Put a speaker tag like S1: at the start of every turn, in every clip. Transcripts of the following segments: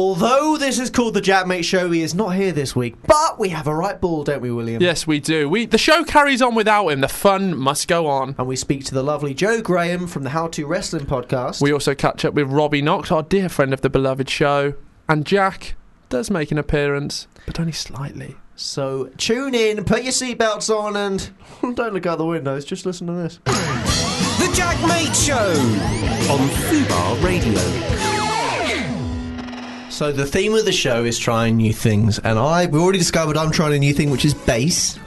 S1: Although this is called the Jack Mate Show, he is not here this week, but we have a right ball, don't we, William?
S2: Yes, we do. We the show carries on without him. The fun must go on.
S1: And we speak to the lovely Joe Graham from the How to Wrestling podcast.
S2: We also catch up with Robbie Knox, our dear friend of the beloved show, and Jack does make an appearance, but only slightly.
S1: so tune in, put your seatbelts on, and don't look out the windows, just listen to this.
S3: The Jack Mate Show on Fubar Radio.
S1: So the theme of the show is trying new things, and I we already discovered I'm trying a new thing, which is bass,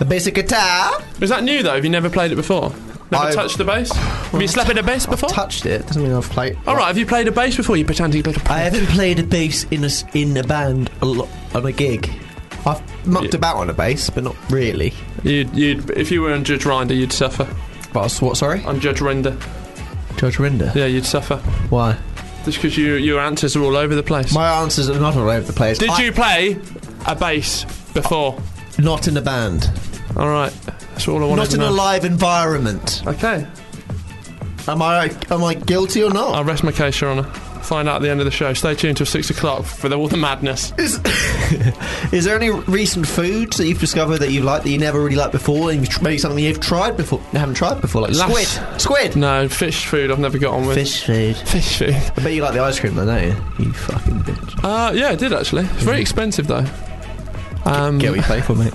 S1: a basic guitar.
S2: Is that new though? Have you never played it before? Never
S1: I've-
S2: touched the bass? Have you slept at a bass before?
S1: Touched it doesn't mean I've played.
S2: All right. Have you played a bass before? You pretending to play.
S1: I haven't played a bass in a s- in a band a lot on a gig. I've mucked
S2: Yeah.
S1: about on a bass, but not really.
S2: You'd, you'd, if you were on Judge Rinder, you'd suffer.
S1: But I was, what? Sorry,
S2: On Judge Rinder,
S1: Judge Rinder.
S2: yeah, you'd suffer.
S1: Why?
S2: Just because you, your answers are all over the place.
S1: My answers are not all over the place.
S2: Did
S1: I-
S2: you play a bass before?
S1: Not in a band.
S2: All right. That's all I wanted
S1: Not
S2: to
S1: in
S2: know.
S1: a live environment.
S2: okay.
S1: Am I am I guilty or not?
S2: I'll rest my case, Your Honour. Find out at the end of the show. Stay tuned till six o'clock for the, all the madness.
S1: Is, is there any recent foods that you've discovered that you like that you never really liked before, and you've tr- maybe something you've tried before, haven't tried before, like
S2: Last-
S1: squid, squid,
S2: No, fish food I've never got on with.
S1: fish food?
S2: Fish food.
S1: I bet you like the ice cream, though, don't you? You fucking bitch.
S2: Uh, yeah, I did actually. It's very expensive though. Um,
S1: Get what you pay for, mate.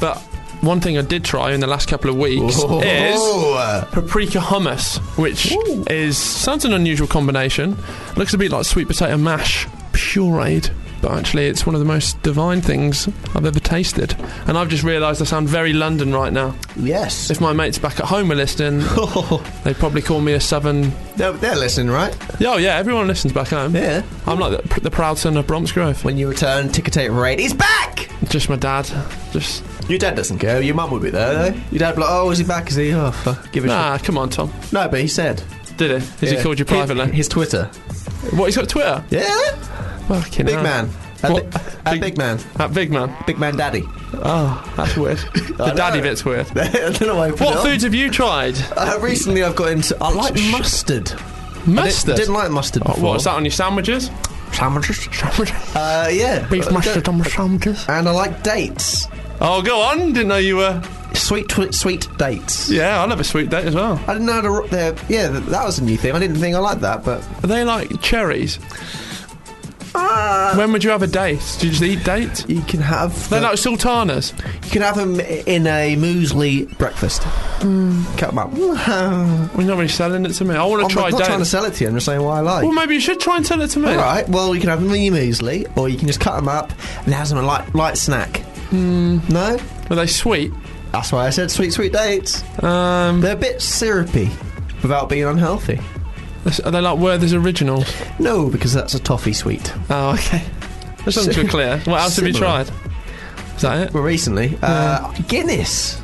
S2: but one thing I did try in the last couple of weeks is
S1: Whoa.
S2: paprika hummus, which is sounds an unusual combination. Looks a bit like sweet potato mash pureed, but actually it's one of the most divine things I've ever tasted. And I've just realised I sound very London right now.
S1: yes.
S2: If my mates back at home are listening, they probably call me a southern.
S1: Oh, they're, they're listening, right?
S2: Oh yeah, everyone listens back home.
S1: Yeah.
S2: I'm like the, the proud son of Bromsgrove.
S1: When you return, ticker tape raid is back.
S2: Just my dad. Just
S1: Your dad doesn't care. Your mum would be there, though. Your dad be like, oh, is he back? Is he? Oh, fuck. Give a
S2: nah. Come on, Tom.
S1: shit. No, but he said.
S2: Did he? Has
S1: Yeah.
S2: he called you
S1: His-
S2: privately?
S1: His Twitter.
S2: What? He's got Twitter.
S1: Yeah.
S2: Fucking
S1: Big
S2: hell.
S1: man. A
S2: What?
S1: bi- a big,
S2: Big-
S1: man.
S2: That big man.
S1: Big man daddy.
S2: Oh, that's weird. the
S1: know.
S2: daddy bit's weird.
S1: I don't know why I put it
S2: What
S1: on.
S2: foods have you tried?
S1: Uh, recently I've got into. I like
S2: Sh-
S1: mustard.
S2: Mustard.
S1: Didn't like mustard
S2: Oh,
S1: before.
S2: what is that on your sandwiches?
S1: Sandwiches. Uh, yeah.
S2: Beef
S1: Uh,
S2: mustard on my sandwiches.
S1: And I like dates.
S2: Oh, go on. Didn't know you were.
S1: Sweet, twi- sweet dates.
S2: Yeah, I love a sweet date as well.
S1: I didn't know how to. ro- they're- Yeah, th- that was a new thing. I didn't think I liked that, but
S2: Are they like cherries? when would you have a date? Do you just eat dates?
S1: you can have.
S2: They're
S1: the-
S2: like sultanas.
S1: you can have them in a muesli breakfast. Cut them up. I'm
S2: Well, you're not really selling it to me. I want to try
S1: not trying to
S2: dates.
S1: sell it to you. I'm just saying why I like.
S2: Well, maybe you should try and sell it to me.
S1: All right. Well, you can have them in your muesli, or you can just cut them up and have them a light, light snack. No,
S2: Are they sweet?
S1: that's why I said sweet, sweet dates.
S2: Um,
S1: They're a bit syrupy, without being unhealthy.
S2: are they like Werther's original?
S1: No, because that's a toffee sweet.
S2: Oh, okay. That's not too clear. What else
S1: Similar.
S2: have you tried? Is that
S1: Well, recently, uh, Guinness.
S2: it?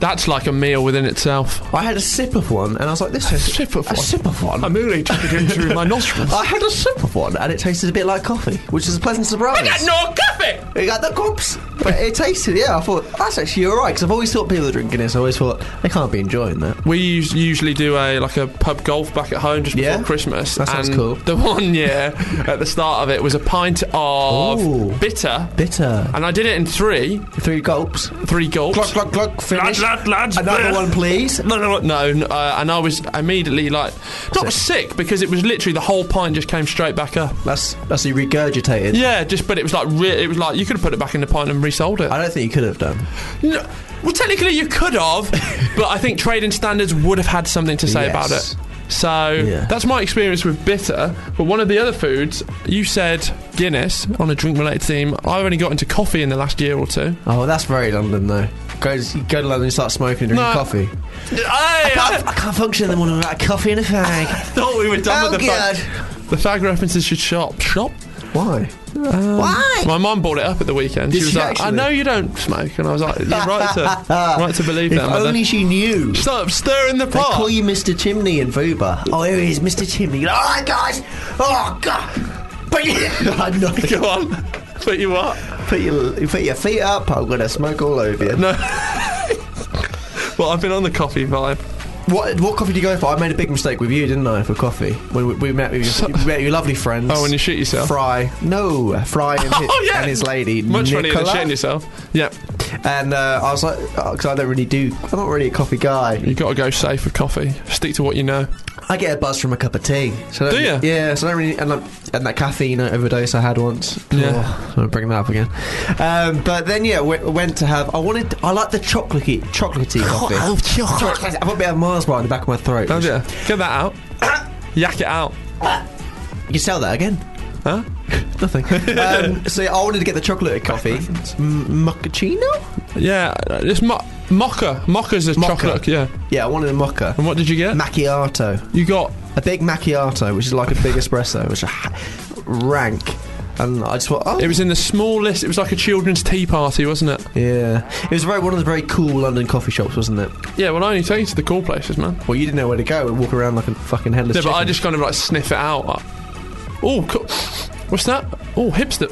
S2: That's like a meal within itself.
S1: I had a sip of one, and I was like, "This is
S2: sip of
S1: a
S2: one?
S1: sip of one."
S2: I'm really talking through my nostrils.
S1: I had a sip of one, and it tasted a bit like coffee, which is a pleasant surprise.
S2: no coffee!
S1: It got the cups, but it tasted. Yeah, I thought that's actually alright because I've always thought people that drink Guinness. I always thought they can't be enjoying that.
S2: We us- usually do a like a pub golf back at home just
S1: Yeah?
S2: before Christmas.
S1: That sounds
S2: and
S1: cool.
S2: The one year at the start of it was a pint of
S1: Ooh.
S2: bitter,
S1: Bitter.
S2: and I did it in three,
S1: Three gulps.
S2: three gulps.
S1: Glug glug glug. Finish.
S2: Lad, lad, lads,
S1: Another
S2: bleh.
S1: one, please.
S2: No, no, no, no uh, and I was immediately like, not sick because it was literally the whole pint just came straight back up.
S1: That's that's you regurgitated.
S2: Yeah, just but it was like re- it was like you could have put it back in the pint and resold it.
S1: I don't think you could have done.
S2: No, well, technically you could have, but I think trading standards would have had something to say about
S1: Yes.
S2: it. So
S1: Yeah.
S2: that's my experience with bitter. But one of the other foods you said Guinness on a drink-related theme. I've only got into coffee in the last year or two.
S1: Oh, that's very London though. Goes, you go to London, you start smoking, drinking
S2: No.
S1: coffee.
S2: I,
S1: I can't function in the morning without a coffee and a fag.
S2: thought we were done
S1: oh
S2: with the
S1: god.
S2: fag. The fag references should shop. Shop.
S1: Why? Why?
S2: My mum brought it up at the weekend.
S1: Did
S2: she was
S1: she
S2: like, "I
S1: actually?
S2: know you don't smoke," and I was like, "You're right to right to believe
S1: If
S2: that." mother."
S1: only she knew.
S2: Stop stirring the
S1: They
S2: pot.
S1: call you Mr. Chimney in Fuba. Oh, here he is, Mr. Chimney. You're like, All right, guys. Oh god. Put your, I'm not
S2: Go on. But you what?
S1: put your put your feet up. I'm gonna smoke all over you.
S2: No. well, I've been on the coffee vibe.
S1: What what coffee do you go for? I made a big mistake with you, didn't I, for coffee when we, we met with your,
S2: So-
S1: you met your lovely friends.
S2: Oh, when you shoot yourself.
S1: Fry, no, Fry and, hi-
S2: Oh, yeah.
S1: and his lady
S2: Much funnier than
S1: Nicola.
S2: shitting yourself. Yeah,
S1: And uh, I was like, because I don't really do, I'm not really a coffee guy.
S2: you got to go safe with coffee. Stick to what you know.
S1: I get a buzz from a cup of tea. So I
S2: Do
S1: don't-
S2: ya?
S1: Yeah, so I don't really, and, like, and that caffeine overdose I had once.
S2: Yeah.
S1: oh, I'm bringing that up again. Um, but then yeah, we went to have. I wanted, I like the chocolatey, chocolatey coffee. Oh, chocolate. I've got a bit of Mars bar in the back of my throat.
S2: Oh yeah, get that out. Yak it out.
S1: You can sell that again.
S2: Huh?
S1: Nothing. um, so I wanted to get the chocolate coffee. M- mochaccino?
S2: Yeah, it's mo- mocha. Mocha's a
S1: Mocha.
S2: chocolate. Yeah.
S1: Yeah, I wanted a mocha.
S2: And what did you get?
S1: Macchiato.
S2: you got
S1: A big macchiato, which is like a big espresso, which I ha- rank. And I just thought, oh,
S2: It was in the smallest. It was like a children's tea party, wasn't it?
S1: yeah. It was very one of the very cool London coffee shops, wasn't it?
S2: Yeah. Well, I only take you to the cool places, man.
S1: Well, you didn't know where to go and walk around like a fucking headless
S2: Yeah, but I
S1: chicken.
S2: just kind of like sniff it out. Oh, co- what's that? Oh, hipster.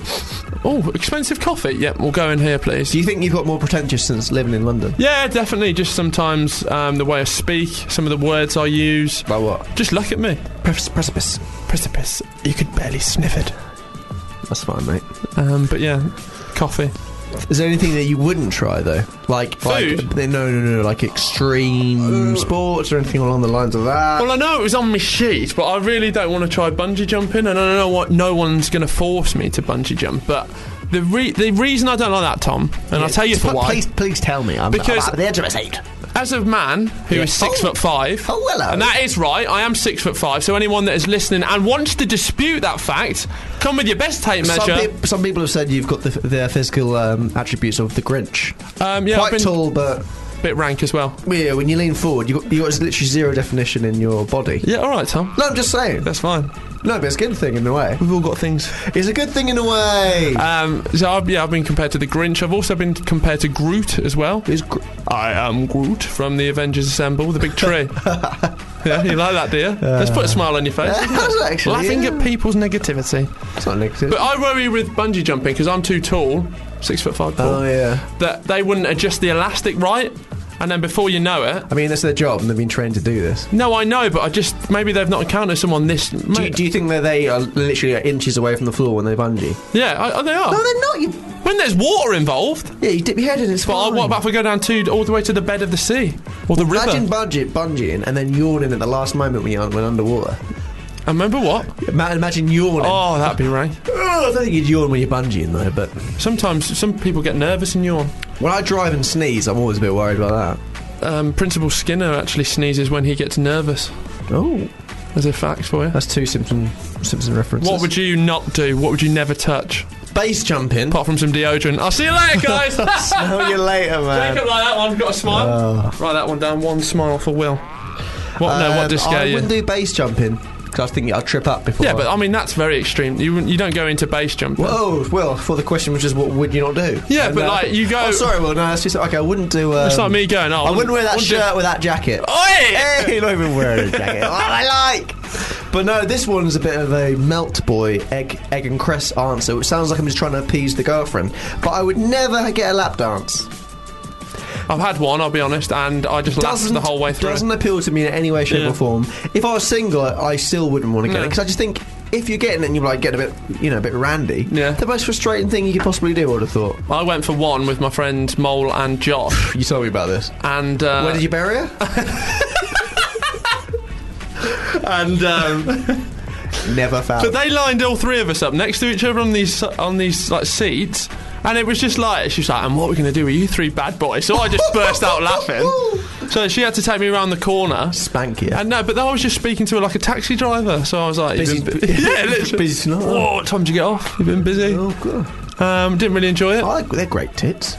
S2: Oh, expensive coffee. Yeah, we'll go in here, please.
S1: Do you think you've got more pretentious since living in London?
S2: Yeah, definitely. Just sometimes um, the way I speak, some of the words I use.
S1: Like what?
S2: Just look at me.
S1: Pre- precipice.
S2: Precipice. You could barely sniff it.
S1: That's fine, mate.
S2: Um, but yeah, coffee.
S1: Is there anything that you wouldn't try though? Like
S2: Food?
S1: Like, no, no, no. Like extreme sports or anything along the lines of that.
S2: Well, I know it was on my sheet, but I really don't want to try bungee jumping, and I know what no one's going to force me to bungee jump. But the re- the reason I don't like that, Tom, and I'll tell you
S1: But
S2: for why.
S1: Please, please tell me. I'm,
S2: Because-
S1: I'm at the edge of my seat.
S2: As a man who is six
S1: Oh.
S2: foot five,
S1: Oh, hello.
S2: and that is right, I am six foot five. So anyone that is listening and wants to dispute that fact, come with your best tape
S1: Some,
S2: measure.
S1: peop- some people have said you've got the, the physical um, attributes of the Grinch.
S2: Um, yeah, I've
S1: Quite
S2: been
S1: tall, but
S2: a bit rank as well.
S1: yeah, when you lean forward, you got, you got literally zero definition in your body.
S2: Yeah, all right, Tom.
S1: No, I'm just saying.
S2: That's fine.
S1: No, but it's a good thing in a way.
S2: We've all got things.
S1: It's a good thing in a way.
S2: Um, so I've, yeah, I've been compared to the Grinch. I've also been compared to Groot as well.
S1: It's gr-
S2: I am Groot from the Avengers Assemble, the big tree. yeah, you like that, do you? Let's put a smile on your face.
S1: That's actually,
S2: Laughing
S1: yeah.
S2: at people's negativity.
S1: it's not negative.
S2: But I worry with bungee jumping because I'm too tall, six foot five tall,
S1: oh yeah.
S2: that they wouldn't adjust the elastic right. And then before you know it,
S1: I mean, that's their job, and they've been trained to do this.
S2: no, I know, but I just maybe they've not encountered someone this.
S1: Do you, do you think that they are literally inches away from the floor when they bungee?
S2: yeah, I, oh, they are.
S1: No, they're not. You,
S2: When there's water involved,
S1: yeah, you dip your head in. It's
S2: but I,
S1: fine.
S2: what about if I go down to all the way to the bed of the sea or the river?
S1: Imagine budget bungeeing and then yawning at the last moment when you aren't when underwater.
S2: I remember what?
S1: Ima- Imagine yawning.
S2: Oh, that'd be right.
S1: Ugh, I don't think you'd yawn when you're bungeeing though. But
S2: Sometimes some people get nervous and yawn.
S1: when I drive and sneeze, I'm always a bit worried about
S2: Um, Principal Skinner actually sneezes when he gets nervous.
S1: that. Oh,
S2: As a fact for you.
S1: that's two Simpson Simpson references.
S2: What would you not do? What would you never touch?
S1: base jump in?
S2: Apart from some deodorant. I'll see you later, guys. Jacob, like
S1: Smell you later, man.
S2: that one. Got a smile.
S1: Oh.
S2: Write that one down. One smile for Will. What? no.
S1: Um,
S2: What did
S1: I
S2: scare you?
S1: wouldn't do base jumping because I think I'd trip up before.
S2: Yeah,
S1: I-
S2: but I mean that's very extreme. You wouldn't- you don't go into base jumping.
S1: Oh well, for the question which is what would you not do?
S2: Yeah, but, like, you go-
S1: Oh, sorry, well, no, that's just okay. I wouldn't do. Um,
S2: it's like me going. Oh,
S1: I wouldn't wear that
S2: wouldn't do- Oh,
S1: shirt with that jacket.
S2: Oi!
S1: Hey, not even wearing a jacket. what I like. But no, this one's a bit of a melt boy egg egg and cress answer, which sounds like I'm just trying to appease the girlfriend. But I would never get a lap dance.
S2: I've had one. I'll be honest, and I just laughed
S1: Doesn't
S2: the whole way through.
S1: doesn't appeal to me in any way, shape,
S2: Yeah.
S1: or form. If I was single, I still wouldn't want to get it
S2: No.
S1: because I just think if you're getting it, and you're like getting a bit, you know, a bit randy.
S2: Yeah.
S1: the most frustrating thing you could possibly do. I would have thought.
S2: I went for one with my friend Mole and Josh,
S1: You told me about this.
S2: and uh,
S1: Where did you bury her?
S2: and um,
S1: Never found.
S2: But they lined all three of us up next to each other on these on these like seats, and it was just like she was like, "And what are we going to do with you three bad boys?" So I just burst out laughing. So she had to take me around the corner.
S1: spank you.
S2: And no, but I was just speaking to her like a taxi driver. So I was like,
S1: Busy-
S2: "You've been bu- yeah, literally.
S1: busy tonight."
S2: Whoa, what time did you get off? You've been busy.
S1: Oh god,
S2: Um, didn't really enjoy it.
S1: I like, they're great tits.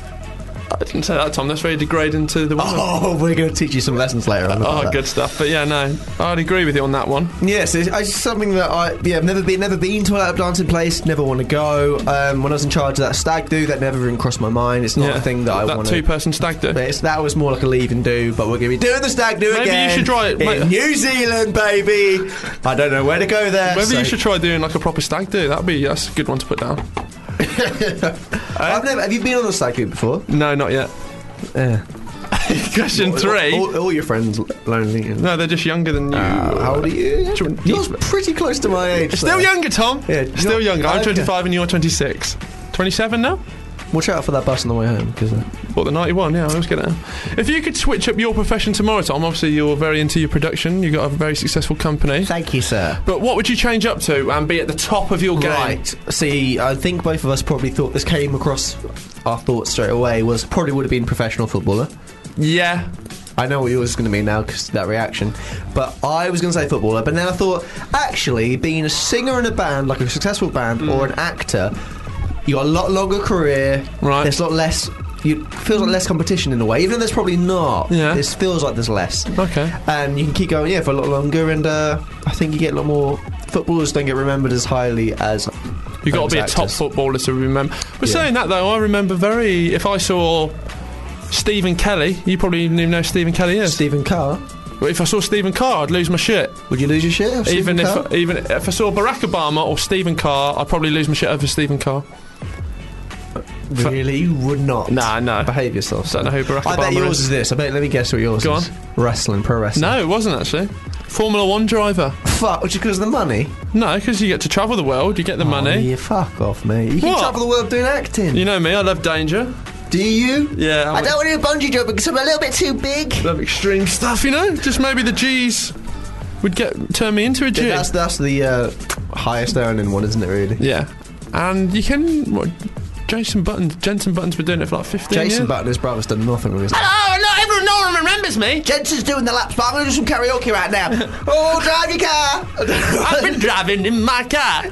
S2: I didn't say that, Tom. That's very degrading to the woman.
S1: Oh, we're going to teach you some lessons later. On about
S2: Oh,
S1: that.
S2: good stuff. But yeah, no, I'd agree with you on that one.
S1: Yes, it's, it's something that I yeah I've never been never been to a lap dancing place. Never want to go. Um, when I was in charge of that stag do, that never even crossed my mind. It's not
S2: yeah,
S1: a thing that, I want
S2: two
S1: to.
S2: person stag do.
S1: It's, that was more like a leave and do, but we're going to be doing the stag do
S2: Maybe you
S1: again.
S2: should try it,
S1: in
S2: mate.
S1: New Zealand, baby. I don't know where to go there.
S2: Maybe
S1: so-
S2: you should try doing like a proper stag do. That'd be that's a good one to put down.
S1: I've never. Have you been on a stag do before?
S2: No, not yet.
S1: Yeah.
S2: question three.
S1: All, all- all your friends l- lonely. And,
S2: No, they're just younger than you.
S1: Uh, how old are you?
S2: Tw-
S1: Yours pretty close to my age.
S2: Still
S1: there.
S2: younger, Tom.
S1: Yeah,
S2: Still
S1: you're-
S2: younger. I'm
S1: okay.
S2: 25 and you're 26. 27 now?
S1: Watch out for that bus on the way home. 'cause, uh,
S2: What, the 91? Yeah, I was getting If you could switch up your profession tomorrow, Tom, obviously you're very into your production, you've got a very successful company.
S1: Thank you, sir.
S2: But what would you change up to and be at the top of your game?
S1: Right. See, I think both of us probably thought this came across our thoughts straight away was probably would have been professional footballer.
S2: Yeah.
S1: I know what yours is going to be now because that reaction. But I was going to say footballer, but then I thought actually being a singer in a band, like a successful band, or an actor, you got a lot longer career.
S2: Right.
S1: There's a lot less. You feels like less competition in a way, even though there's probably not.
S2: Yeah.
S1: This feels like there's less.
S2: Okay.
S1: And you can keep going, yeah, for a lot longer, and uh, I think you get a lot more. Footballers don't get remembered as highly as
S2: You've got to be a
S1: Those
S2: top
S1: actors.
S2: footballer to remember. But
S1: Yeah.
S2: saying that, though, I remember very. If I saw Stephen Kelly, you probably even know who Stephen Kelly is.
S1: Stephen Carr.
S2: But if I saw Stephen Carr, I'd lose my shit.
S1: Would you lose your shit? off
S2: even
S1: Stephen
S2: if
S1: Carr?
S2: even if I saw Barack Obama or Stephen Carr, I'd probably lose my shit over Stephen Carr.
S1: really, you would not.
S2: Nah, no.
S1: Behave yourself.
S2: Don't know who Barack
S1: I bet
S2: Obama
S1: yours
S2: is.
S1: is this. I bet. Let me guess what yours
S2: Go
S1: is. Wrestling, pro wrestling.
S2: No, it wasn't actually. Formula One driver.
S1: Fuck, which is because of the money.
S2: No, because you get to travel the world, you get
S1: Oh,
S2: the money.
S1: you fuck off, mate. You can
S2: What?
S1: travel the world doing acting.
S2: You know me, I love danger.
S1: Do you?
S2: Yeah, I'm
S1: I don't want to do bungee jumping because I'm a little bit too big.
S2: love extreme stuff. You know, just maybe the G's would get turn me into a G.
S1: Yeah, that's that's the uh, highest earning one, isn't it? Really.
S2: Yeah, and you can. What, Jason Buttons, Jensen Buttons been doing it for like 15 years.
S1: Jason Button, his brother's done nothing with his.
S2: Oh, no, everyone, no one remembers me.
S1: Jensen's doing the laps, but I'm going to do some karaoke right now. oh, drive your car.
S2: I've been driving in my car.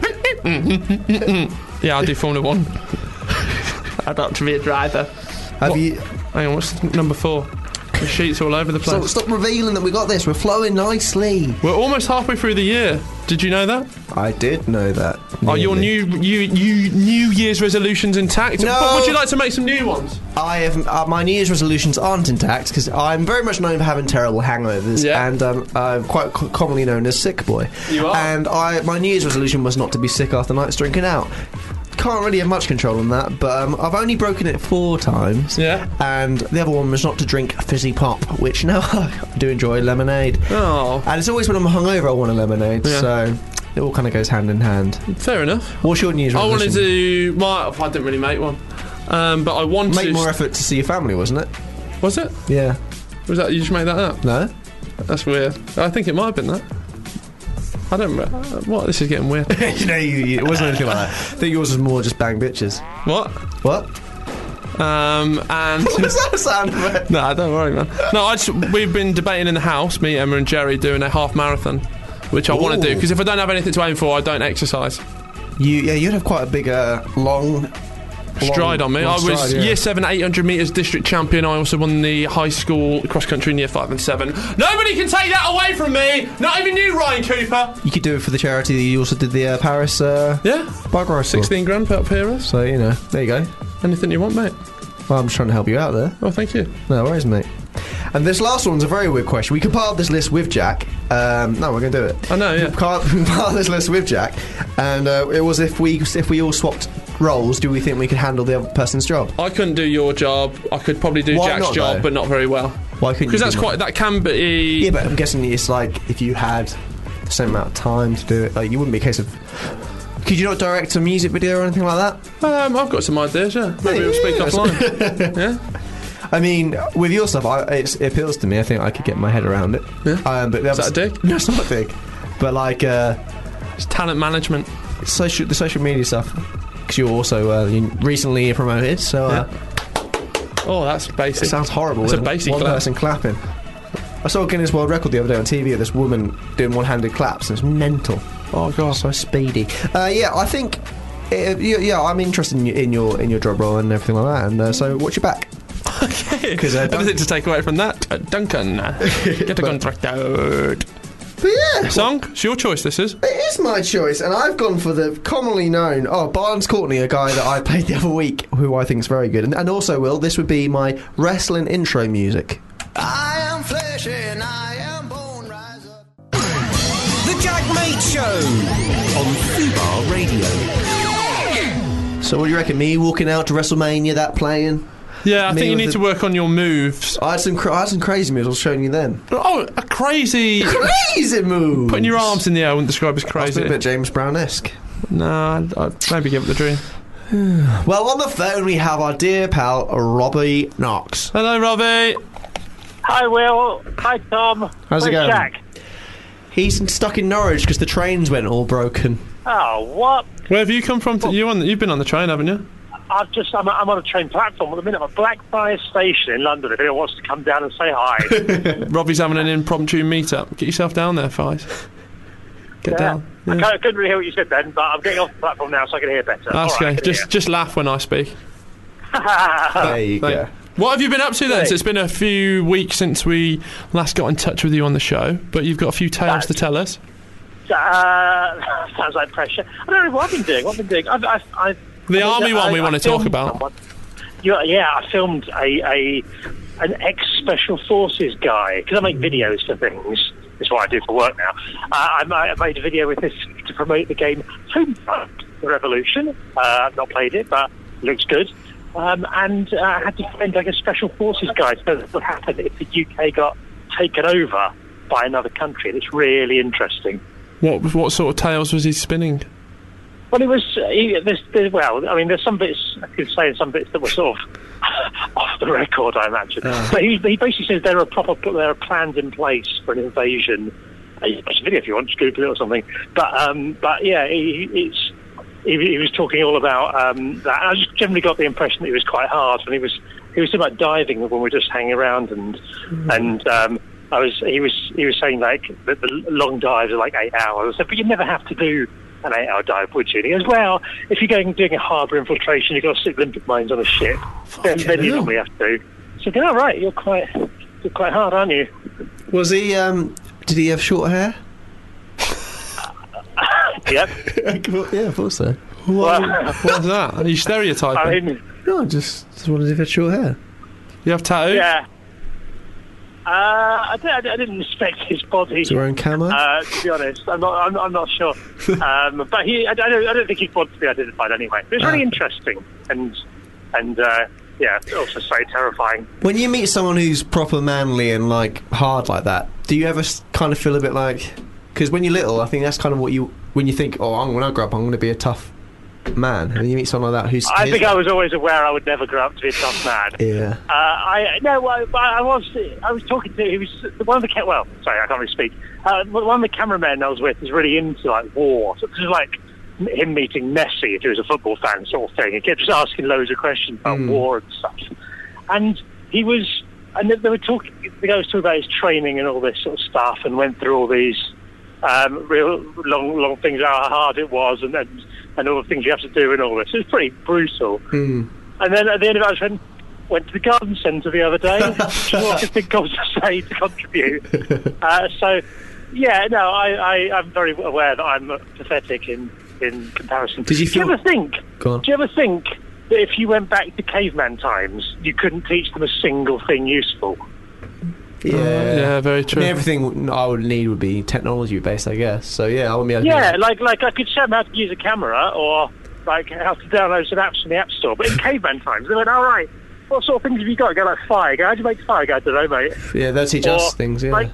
S2: yeah, I'll do Formula One. I'd like to be a driver.
S1: Have you?
S2: Hang on, what's number four? The sheets all over the
S1: So,
S2: place.
S1: stop revealing that we got this. We're flowing nicely.
S2: We're almost halfway through the year. Did you know that?
S1: I did know that.
S2: Are Oh, your new you, you, New Year's resolutions intact?
S1: No.
S2: But would you like to make some new ones?
S1: I have uh, my New Year's resolutions aren't intact because I'm very much known for having terrible hangovers,
S2: Yeah.
S1: and um, I'm quite c- commonly known as sick boy.
S2: You are.
S1: And I my New Year's resolution was not to be sick after nights drinking out. Can't really have much control on that, but um, I've only broken it four times.
S2: Yeah.
S1: And the other one was not to drink fizzy pop, which now I do enjoy lemonade.
S2: Oh,
S1: And it's always when I'm hungover I want a lemonade,
S2: Yeah.
S1: so it all kind of goes hand in hand.
S2: fair enough.
S1: What's your New Year's
S2: I wanted
S1: resolution?
S2: to. My, I didn't really make one, um, but I want to.
S1: make more effort to see your family, wasn't it?
S2: was it?
S1: Yeah.
S2: Was that you just made that up?
S1: No.
S2: That's weird. I think it might have been that. I don't. re- uh, What? This is getting weird.
S1: you know, you, you- it wasn't anything like that. I think yours was more just bang bitches.
S2: what?
S1: What?
S2: Um. And.
S1: What's that sound effect?
S2: no, don't worry, man. No, I just, we've been debating in the house, me, Emma, and Jerry, doing a half marathon, which I want to do
S1: Ooh.
S2: because if I don't have anything to aim for, I don't exercise.
S1: You, yeah, you'd have quite a big, uh, long.
S2: Stride on me.
S1: long
S2: I was
S1: stride, yeah.
S2: year seven, eight hundred meters district champion. I also won the high school cross country in year five and seven. Nobody can take that away from me. Not even you, Ryan Cooper.
S1: You could do it for the charity that you also did the uh, Paris uh,
S2: Yeah,
S1: bike race. for.
S2: sixteen grand per appearance.
S1: So you know, there you go.
S2: Anything you want, mate.
S1: Well, I'm just trying to help you out there.
S2: Oh, thank you.
S1: No worries, mate. And this last one's a very weird question. We compiled this list with Jack. Um, no, we're gonna do it.
S2: I know. Yeah.
S1: Compiled compiled this list with Jack, and uh, it was if we if we all swapped roles, do we think we could handle the other person's job?
S2: I couldn't do your job. I could probably do
S1: Why
S2: Jack's
S1: not,
S2: job,
S1: though?
S2: but not very well.
S1: Why couldn't? you
S2: Because that's
S1: do that?
S2: quite that can be.
S1: Yeah, but I'm guessing it's like if you had the same amount of time to do it, like you wouldn't be a case of. Could you not direct a music video or anything like that?
S2: Um, I've got some ideas. Yeah, maybe we'll speak offline. yeah,
S1: I mean, with your stuff, I, it's, it appeals to me. I think I could get my head around it.
S2: Yeah.
S1: Um, but the
S2: Is
S1: other-
S2: that a dick?
S1: No, it's not a dick. But like uh,
S2: it's talent management.
S1: social, the social media stuff, because you're also uh, you recently promoted, so uh,
S2: Oh, that's basic.
S1: it sounds horrible.
S2: It's a
S1: isn't it?
S2: basic
S1: one
S2: clap.
S1: person clapping. I saw a Guinness World Record the other day on TV of this woman doing one-handed claps, and it's mental.
S2: oh god.
S1: so speedy. Uh, yeah, I think. uh, yeah, yeah, I'm interested in your, in your in your job role and everything like that. And uh, so, watch your back.
S2: Okay.
S1: 'Cause, uh,
S2: Anything to take away from that, uh, Duncan? Get a contract out.
S1: But yeah,
S2: Song? It's your choice. This is.
S1: it is my choice, and I've gone for the commonly known oh Barnes Courtney, a guy that I played the other week, who I think is very good, and, and also will this would be my wrestling intro music.
S4: I am flesh and I am bone. Rise up.
S3: The Jack Mate Show on Fubar Radio.
S1: So, what do you reckon? Me walking out to WrestleMania, that playing.
S2: Yeah, I
S1: Me
S2: think you
S1: with
S2: need
S1: the-
S2: to work on your moves.
S1: I had some cra- I had some crazy moves. I was showing you then.
S2: Oh, a crazy.
S1: Crazy moves.
S2: Putting your arms in the air I wouldn't describe as
S1: That's
S2: crazy.
S1: a bit James Brown esque.
S2: Nah, I'd, I'd maybe give it the dream.
S1: Well, on the phone we have our dear pal Robbie Knox.
S2: Hello, Robbie.
S5: Hi, Will. Hi, Tom.
S1: How's it
S5: Where's
S1: going?
S5: Jack?
S1: He's stuck in Norwich because the trains went all broken.
S5: Oh, what?
S2: Where have you come from? To, you on, you've been on the train, haven't you?
S5: I've just, I'm, I'm on a train platform at the minute. I'm at Blackfriars Station in London. If anyone wants to come down and say hi.
S2: Robbie's having an impromptu meetup. Get yourself down there, Fies. Get down.
S5: I
S2: Yeah.
S5: can't- I couldn't really hear what you said then, but I'm getting off the platform now so I can hear better.
S2: That's
S5: All right, I
S2: okay.
S5: can
S2: Just, just laugh when I speak.
S1: There you
S2: Thank-
S1: go.
S2: What have you been up to then?
S5: Hey.
S2: So it's been a few weeks since we last got in touch with you on the show, but you've got a few tales to tell us.
S5: hear. Uh, sounds like pressure. I don't know what I've been doing. What I've been doing. I've, I've, I've,
S2: The
S5: I mean,
S2: army
S5: I-
S2: one we
S5: I
S2: want to
S5: filmed
S2: talk about.
S5: someone. Yeah, yeah, I filmed a, a an ex special forces guy because I make
S2: Mm.
S5: videos for things. It's what I do for work now. Uh, I, ma- I made a video with this to promote the game Homefront: The Revolution. Uh, I've not played it, but it looks good. Um, and uh, I had to find like a special forces guy so that what happened if the UK got taken over by another country. And it's really interesting.
S2: What what sort of tales was he spinning?
S5: Well, it was. Uh, he- there's, there's, well, I mean, there's some bits I could say, and some bits that were sort of off the record, I imagine. But he, he basically says there are proper, there are plans in place for an invasion. Uh, you can watch the video if you want, just Google it or something. But um, but yeah, he, he- it's. He, he was talking all about um, that. I just generally got the impression that he was quite hard when he was he was talking about diving when we were just hanging around and and um, I was he was he was saying like that the long dives are like eight hours. I said, but you never have to do an eight-hour dive, would you? And he goes, well, if you're going doing a harbour infiltration, you've got to stick limpet mines on a ship. Then, then you
S1: hell.
S5: normally have to. So, all right, you're quite you're quite hard, aren't you?
S1: Was he? Um, did he have short hair?
S5: Yep.
S1: yeah, I thought so.
S5: well,
S2: What's that? Are you stereotyping?
S5: I mean.
S1: No, I just, just wondered if he had short hair.
S2: you have tattoos?
S5: Yeah. Uh, I, di- I di- I didn't inspect his body.
S1: Is he wearing camo?
S5: Uh, to be honest, I'm not. I'm, I'm not sure. um, but he, I, I don't. I don't think he'd want to be identified anyway. But it's really interesting and and uh, yeah, also so terrifying.
S1: when you meet someone who's proper manly and like hard like that, do you ever s- kind of feel a bit like? Because when you're little, I think that's kind of what you when you think, oh, I'm, when I grow up, I'm going to be a tough man. And you meet someone like that who's.
S5: I think I was always aware I would never grow up to be a tough man.
S1: Yeah.
S5: Uh, I no, I, I was I was talking to he was one of the ca- well, sorry, I can't really speak. Uh, one of the cameramen I was with is really into like war, so this is like him meeting Messi if he was a football fan sort of thing. He kept just asking loads of questions about war and stuff, and he was and they- they were talking. The guy was talking about his training and all this sort of stuff, and went through all these um, real long, long things about how hard it was, and and, and all the things you have to do, and all this. It was pretty brutal. And then at the end of it, I just went, went to the garden centre the other day. what did think God to say to contribute? Uh, so, yeah, no, I, I, I'm very aware that I'm pathetic in, in comparison.
S1: Did you
S5: do
S1: feel-
S5: you ever think?
S1: Go on.
S5: Do you ever think that if you went back to caveman times, you couldn't teach them a single thing useful?
S1: Yeah.
S2: Yeah, very true.
S1: I mean, everything I would need would be technology based, I guess. So yeah, I wouldn't be able to.
S5: Yeah, like like I could show them how to use a camera or like how to download some apps from the app store. But in caveman times, they went, "All right, what sort of things have you got?" I go like fire. I go, how do you make fire? I go, I don't know, mate.
S1: yeah, they'll teach
S5: Or,
S1: us things. Yeah.
S5: like,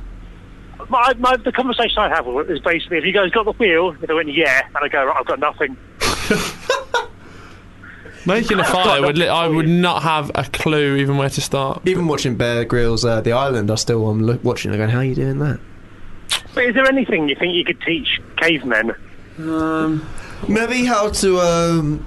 S5: my, my, the conversation I have with them is basically, have you guys got the wheel? And they went, yeah. And I go, right, I've got nothing.
S2: Making a fire would li- I would not have a clue even where to start.
S1: Even watching Bear Grylls, uh, The Island, I still am look, watching. and going, how are you doing that?
S5: But is there anything you think you could teach cavemen?
S1: Maybe how to um,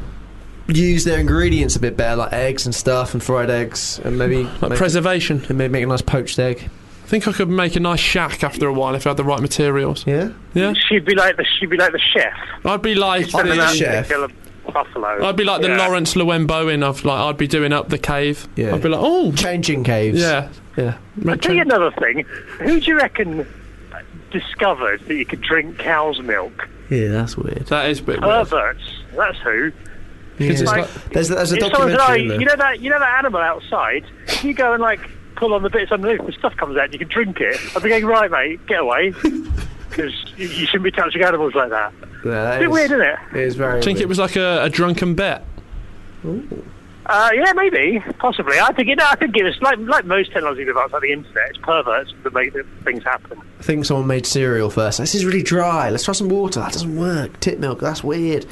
S1: use their ingredients a bit better, like eggs and stuff, and fried eggs, and maybe
S2: Like
S1: make,
S2: preservation.
S1: and maybe make a nice poached egg.
S2: I think I could make a nice shack after a while if I had the right materials.
S1: Yeah.
S2: Yeah,
S5: She'd be like the she'd be like the chef.
S2: I'd be like
S5: Send them
S1: the
S5: out to
S1: chef.
S5: Kill a buffalo.
S2: I'd be like the
S5: Yeah.
S2: Lawrence Llewellyn of like I'd be doing up the cave.
S1: Yeah.
S2: I'd be like, oh
S1: Changing caves.
S2: yeah,
S1: Yeah.
S2: Make
S5: Tell you
S2: sure-
S5: another thing. Who do you reckon discovered that you could drink cow's milk?
S1: Yeah, that's weird.
S2: that is a bit weird.
S5: Perverts. That's who.
S2: 'Cause it's
S5: Like-
S2: like-
S1: There's, there's a
S5: If someone said, oh,
S1: documentary. in there.
S5: you know that you know that animal outside, if you go and like pull on the bits underneath, the stuff comes out, and you can drink it. I'd be going, right, mate, get away, because you, you shouldn't be touching animals like that.
S1: Yeah, that
S5: bit
S1: is-
S5: weird, isn't it?
S1: It is very.
S2: I think
S1: weird.
S2: it was like a, a drunken bet.
S5: Uh, yeah, maybe, possibly. I think you know, I think it's like like most technology developed like the internet. It's perverts that make the things happen.
S1: I think someone made cereal first. This is really dry. Let's try some water. That doesn't work. Tit milk. That's weird.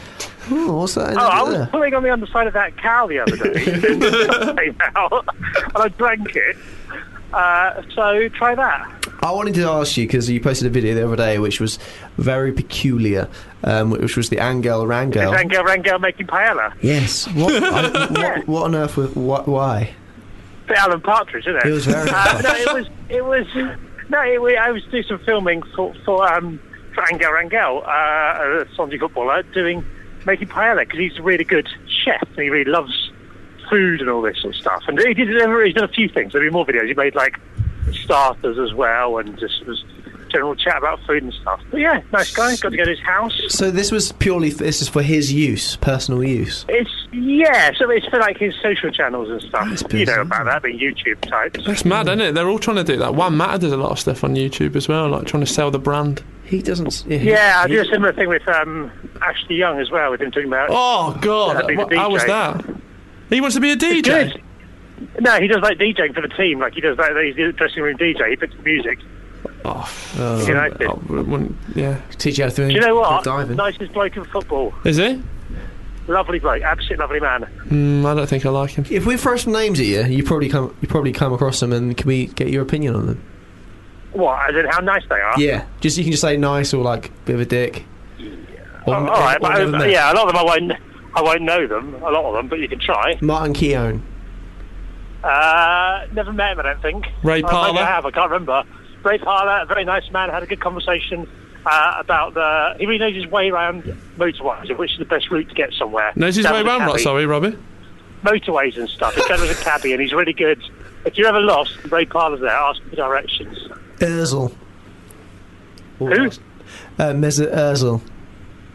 S1: Oh, what's that? in
S5: Oh, I was
S1: there?
S5: pulling on the underside of that cow the other day, It came out, and I drank it. Uh, so try that.
S1: I wanted to ask you because you posted a video the other day which was very peculiar, um, which was the Angel Rangel.
S5: Rango Rango making paella.
S1: yes. What, I- what, what on earth? Was, what, why?
S5: bit Alan Partridge, isn't it?
S1: It was very
S5: Uh, no, it was. It was. No, it, wa- I was doing some filming for for um for Angel Rangel, uh, a Swansea footballer, doing making paella because he's a really good chef and he really loves food and all this sort of stuff. And he did he's done a few things. There'll be more videos. He made like starters as well and just was general chat about food and stuff. But yeah, nice guy. Got to go to his house.
S1: So this was purely. f- This is for his use, personal use.
S5: It's yeah, so it's for like his social channels and stuff. You know
S1: bizarre.
S5: about that, the YouTube types.
S2: That's mad, isn't it? They're all trying to do that. One Matter did a lot of stuff on YouTube as well, like trying to sell the brand.
S1: He doesn't. Yeah. he-
S5: Yeah, I did a similar thing with um, Ashley Young as well, with him talking about.
S2: Oh
S5: Yeah,
S2: god,
S5: be the
S2: what- how was
S5: DJ.
S2: that? He wants to be a DJ.
S5: Good. No, he does like DJing for the team. Like he does that. He's the dressing room DJ. He puts the music.
S2: Oh,
S5: United.
S2: I wouldn't- yeah.
S1: Teach you how to
S5: Do you know what?
S1: oh. Diving.
S5: Nicest bloke in football.
S2: Is he?
S5: Lovely bloke. Absolute lovely man.
S2: Mm, I don't think I like him.
S1: If we throw some names at you, you probably come. You probably come across them, and can we get your opinion on them?
S5: What? As in how nice they are.
S1: Yeah. Just you can just say nice or like bit of a dick. Or,
S5: Oh, all right,
S1: or
S5: but
S1: never
S5: uh,
S1: met.
S5: yeah, a lot of them I won't. I won't know them. A lot of them, but you can try.
S1: Martin Keown.
S5: Uh, never met him. I don't think.
S2: Ray
S5: Uh, maybe
S2: Parler?
S5: I have. I can't remember. Ray Parler, a very nice man. Had a good conversation. Uh, about the, he really knows his way around motorways, and which is the best route to get somewhere.
S2: Knows his
S5: Down
S2: way
S5: with a
S2: round, right?
S5: cabbie.
S2: Sorry, Robbie.
S5: motorways and stuff. His dad was a cabbie, and he's really good. If you're ever lost, Ray Parler's there. Ask for directions.
S1: Erzl.
S5: Who?
S1: Uh, Mesut Erzl.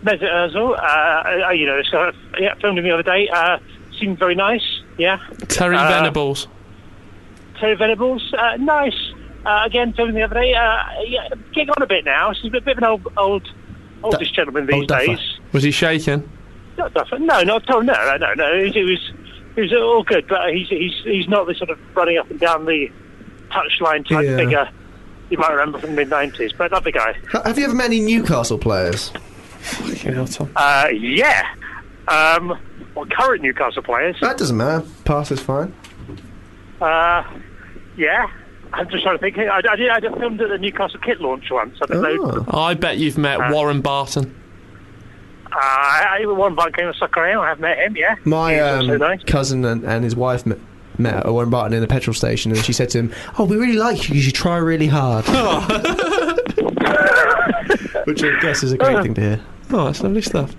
S5: Mesut Ozil, uh, uh, you know, this guy, yeah, filmed him the other day. Uh, seemed very nice. Yeah.
S2: Terry
S5: Uh,
S2: Venables.
S5: Terry Venables, uh, nice. Uh, again, filmed him the other day. Uh, yeah, getting on a bit now. He's a bit of an old, old, oldest gentleman these
S1: old duffer.
S5: days.
S2: Was he shaking?
S5: Not duffer. No, not at all. No, no, no, no. It was, it was all good, but he's he's he's not the sort of running up and down the touchline type
S1: Yeah.
S5: figure you might remember from the mid nineties. But lovely guy.
S1: Ha- Have you ever met any Newcastle players?
S2: Fucking hell, Tom.
S5: Uh, yeah. Um, well, current Newcastle players.
S1: That doesn't matter. Pass is fine.
S5: Uh, yeah. I'm just trying to think. I, I did. I did filmed at the Newcastle kit launch once. I don't know.
S1: Oh.
S2: I bet you've met Warren Barton.
S5: Uh, I, one bloke came to Soccer I have met him. Yeah.
S1: My
S5: He's also
S1: um,
S5: nice.
S1: cousin and, and his wife met, met Owen Barton in the petrol station, and she said to him, "Oh, we really like you because you try really hard."
S5: Oh.
S1: Which I guess is a great thing to hear.
S2: Oh, that's lovely stuff.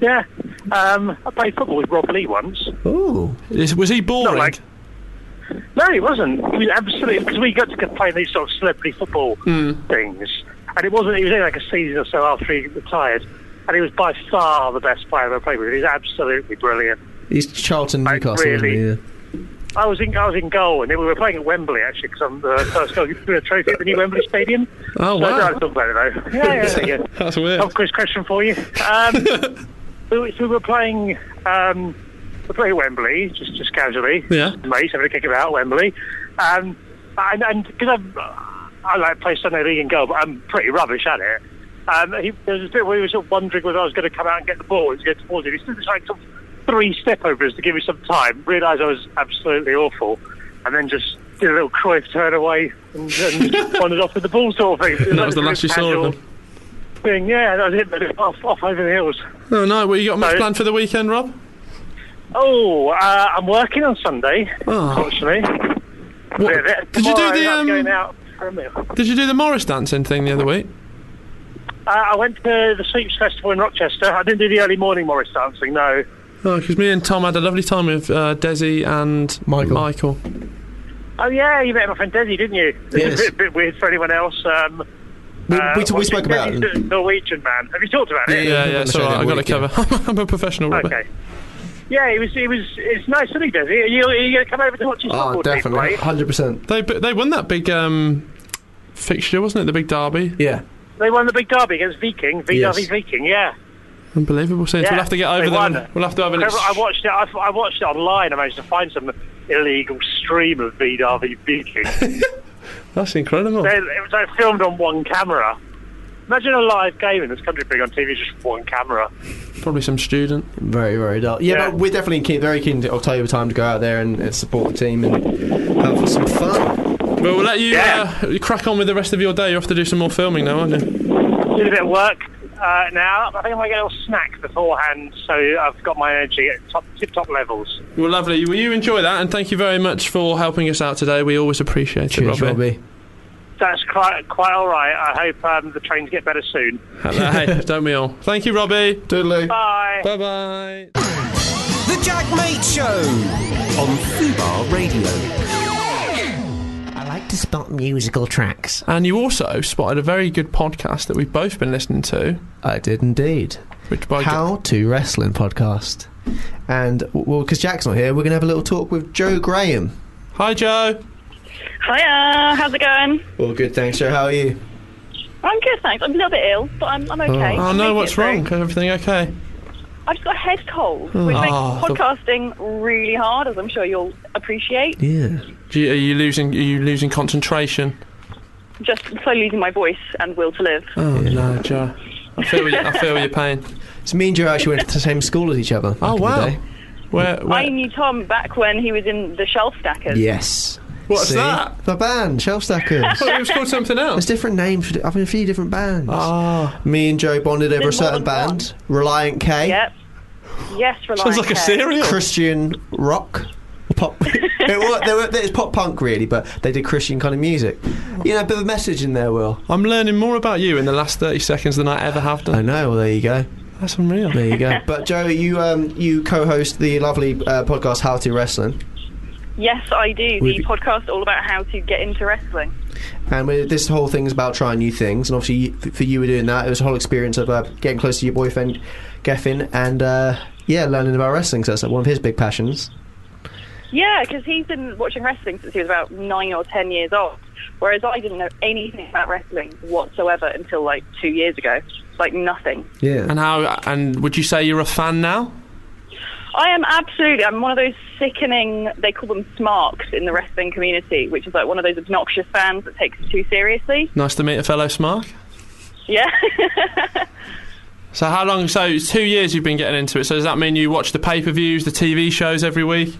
S5: Yeah. Um, I played football with Rob Lee once.
S1: Ooh,
S2: Is, was he boring?
S5: like- No, he wasn't. We absolutely because we got to play these sort of celebrity football things, and it wasn't. He was only like a season or so after he retired, and he was by far the best player I've ever played with. He's absolutely brilliant.
S1: he's Charlton
S5: I
S1: Newcastle. isn't
S5: really-
S1: he? Yeah.
S5: I was in I was in goal, and we were playing at Wembley actually because I'm the first goal a trophy at the new Wembley Stadium.
S2: oh,
S5: So I
S2: wow.
S5: don't talk about it though. Yeah, yeah, yeah. yeah.
S2: That's weird.
S5: Tom, quiz question for you. Um, we, were- we were playing um, we were playing at Wembley just just casually.
S2: Yeah.
S5: mates having a kick about at Wembley, um, and because I'm I like play Sunday league and goal, but I'm pretty rubbish at it. Um, he, there was a bit where he was sort of wondering whether I was going to come out and get the ball. He was going towards it. He stood like sort of three step overs to give me some time. Realised I was absolutely awful, and then just did a little Cruyff turn away and, and wandered off with the ball sort of thing. It
S2: that was the
S5: like a
S2: last you saw
S5: casual
S2: of him.
S5: Thing. Yeah, that was it. But it- off, off over the hills.
S2: Oh, no. Well, you got much
S5: No.
S2: planned for the weekend, Rob?
S5: Oh, uh, I'm working on Sunday,
S2: Oh.
S5: unfortunately.
S2: What- did you do
S5: Tomorrow
S2: the,
S5: I'm
S2: um,
S5: going out for a meal.
S2: Did you do the Morris dancing thing the other week?
S5: Uh, I went to the Sweeps Festival in Rochester. I didn't do the early morning Morris dancing, no.
S2: Oh, because me and Tom had a lovely time with uh, Desi and
S1: Michael.
S2: Michael.
S5: Oh, yeah, you met my friend Desi, didn't you?
S1: Yes.
S5: It's a bit, bit weird for anyone else. Um,
S1: We,
S5: uh,
S1: we, we
S5: well,
S1: spoke about.
S5: Desi's a Norwegian man. Have you talked about it?
S1: Yeah,
S2: Yeah, yeah,
S1: I'm
S2: so
S1: sure
S2: I
S1: they
S2: got
S1: would,
S2: it covered. I'm a professional, Robert.
S5: Okay. Yeah, it was, it was, it's nice, isn't it, Desi? Are you, are you going to come over to watch his
S1: Oh,
S5: football team
S1: definitely,
S5: play?
S1: hundred percent.
S2: They they won that big um, fixture, wasn't it? The big derby.
S1: Yeah.
S5: They won the big derby against Viking, VW
S1: Yes.
S5: Viking, yeah.
S2: Unbelievable scenes.
S5: Yeah,
S2: we'll have to get over
S5: they won.
S2: them. We'll have to have an.
S5: However, I
S2: ex-
S5: watched it. I, I watched it online. I managed to find some illegal stream of VDRV Viking. they,
S2: That's incredible.
S5: it was like filmed on one camera. Imagine a live game in this country being on TV just with one camera.
S2: Probably some student.
S1: Very, very dull. Yeah,
S5: Yeah.
S1: but we're definitely keen, very keen to October time to go out there and, and support the team and have some fun.
S2: Well, we'll let you
S5: Yeah.
S2: uh, crack on with the rest of your day. You have to do some more filming now, aren't you?
S5: Did a bit of work uh, now. I think I might get a little snack beforehand, so I've got my energy at top, tip top levels.
S2: Well, lovely. Well, you enjoy that, and thank you very much for helping us out today. We always appreciate
S1: Cheers,
S2: it, Robbie.
S1: Robbie.
S5: That's quite quite all right. I hope um, the trains get better soon.
S2: Hello, hey, don't we all? Thank you, Robbie.
S1: Doodaloo.
S5: Bye.
S2: Bye bye.
S3: The Jack Mate Show on Fubar Radio.
S4: I like to spot musical tracks.
S2: And you also spotted a very good podcast that we've both been listening to,
S1: I did indeed.
S2: which by
S1: How to Wrestling podcast. And, well, because Jack's not here, we're going to have a little talk with Joe Graham.
S2: Hi, Joe.
S6: Hiya, how's it going?
S1: All good, thanks, Joe. How are you?
S6: I'm good, thanks. I'm a little bit ill, but I'm, I'm okay.
S2: Oh
S6: I'm
S2: no,
S6: making
S2: what's
S6: it through.
S2: wrong? Everything okay?
S6: I've just got a head cold, which makes
S2: Oh, the-
S6: podcasting really hard, as I'm sure you'll appreciate.
S1: Yeah.
S2: Do you, are you losing? Are you losing concentration?
S6: Just slowly losing my voice and will to live.
S2: Oh no, Joe. I feel, you- I feel your pain.
S1: So me and Joe actually went to the same school as each other. back in
S2: Oh
S1: the
S2: wow.
S1: day.
S2: Where? where
S6: I knew Tom back when he was in the Shelf Stackers.
S1: Yes.
S2: What's
S1: See?
S2: that?
S1: The band, Shelf Stackers.
S2: Oh, it was called something
S1: There's
S2: else.
S1: different names. For, di- I've been a few different bands.
S2: Ah,
S1: Me and Joe bonded over a
S6: There's more
S1: certain
S6: than one.
S1: band, Reliant K,
S6: Yep. Yes, Reliant
S2: sounds like a
S6: K.
S2: cereal.
S1: Christian rock, or pop. it was, they were, it's pop punk really, but they did Christian kind of music. You know, a bit of a message in there, Will.
S2: I'm learning more about you in the last 30 seconds than I ever have
S1: I
S2: done.
S1: know. Well, there you go.
S2: That's unreal.
S1: There you go. but Joe, you um, you co-host the lovely uh, podcast How to Wrestling,
S6: Yes, I do.
S1: We'd
S6: The
S1: be-
S6: podcast all about how to get into wrestling.
S1: and we this whole thing's about trying new things. And obviously, you, for you were doing that, it was a whole experience of uh, getting close to your boyfriend, Geffen, and uh, yeah, learning about wrestling. So that's like, one of his big passions.
S6: Yeah, because he's been watching wrestling since he was about nine or ten years old, whereas I didn't know anything about wrestling whatsoever until like two years ago. Like nothing.
S1: Yeah.
S2: And how? And would you say you're a fan now?
S6: I am absolutely. I'm one of those sickening. They call them smarks in the wrestling community, which is like one of those obnoxious fans that takes it too seriously.
S2: Nice to meet a fellow Smark.
S6: Yeah.
S2: So how long? So it's two years you've been getting into it. So does that mean you watch the pay-per-views, the TV shows every week?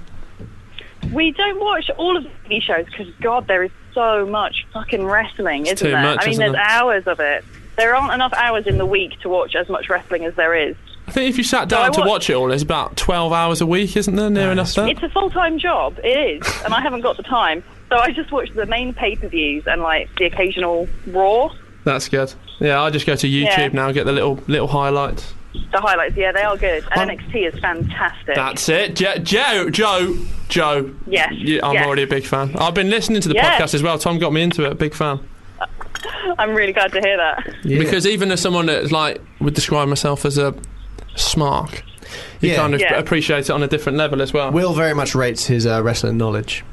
S6: we don't watch all of the TV shows because God, there is so much fucking wrestling, isn't
S2: too
S6: there?
S2: much,
S6: I mean,
S2: isn't
S6: there's
S2: there?
S6: hours of it. There aren't enough hours in the week to watch as much wrestling as there is.
S2: I think if you sat
S6: I
S2: down to
S6: watch-
S2: watch it all, it's about 12 hours a week, isn't there? Near enough that.
S6: It's a full time job, it is, and I haven't got the time. So I just watch the main pay per views and like the occasional Raw,
S2: That's good. Yeah, I just go to YouTube
S6: Yeah.
S2: now, get the little little highlights.
S6: the highlights. Yeah, they are good. And
S2: Um,
S6: NXT is fantastic.
S2: That's it. Je- Joe, Joe, Joe.
S6: Yes.
S2: Yeah, I'm
S6: yes.
S2: already a big fan. I've been listening to the
S6: Yes.
S2: podcast as well. Tom got me into it. Big fan.
S6: I'm really glad to hear that.
S2: Because even as someone that like would describe myself as a smark, you
S1: Yeah.
S2: kind of
S6: Yeah.
S2: appreciate it on a different level as well.
S1: Will very much rates his uh, wrestling knowledge.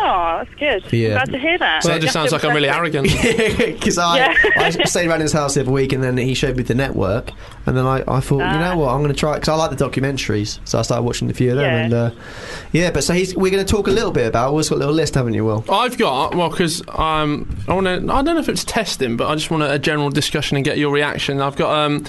S6: Oh, that's good.
S1: Yeah.
S6: Glad to hear that.
S2: so that just sounds like I'm really arrogant.
S1: Because I,
S6: Yeah.
S1: I stayed around his house the other week and then he showed me the network. And then I, I thought, you know
S6: Ah.
S1: what, I'm going to try Because I like the documentaries. So I started watching a few of them.
S6: Yeah.
S1: And uh, yeah, but so he's, we're going to talk a little bit about We've got a little list, haven't you, Will?
S2: I've got well because um, I want to. I don't know if it's testing, but I just want a, a general discussion and get your reaction. I've got um,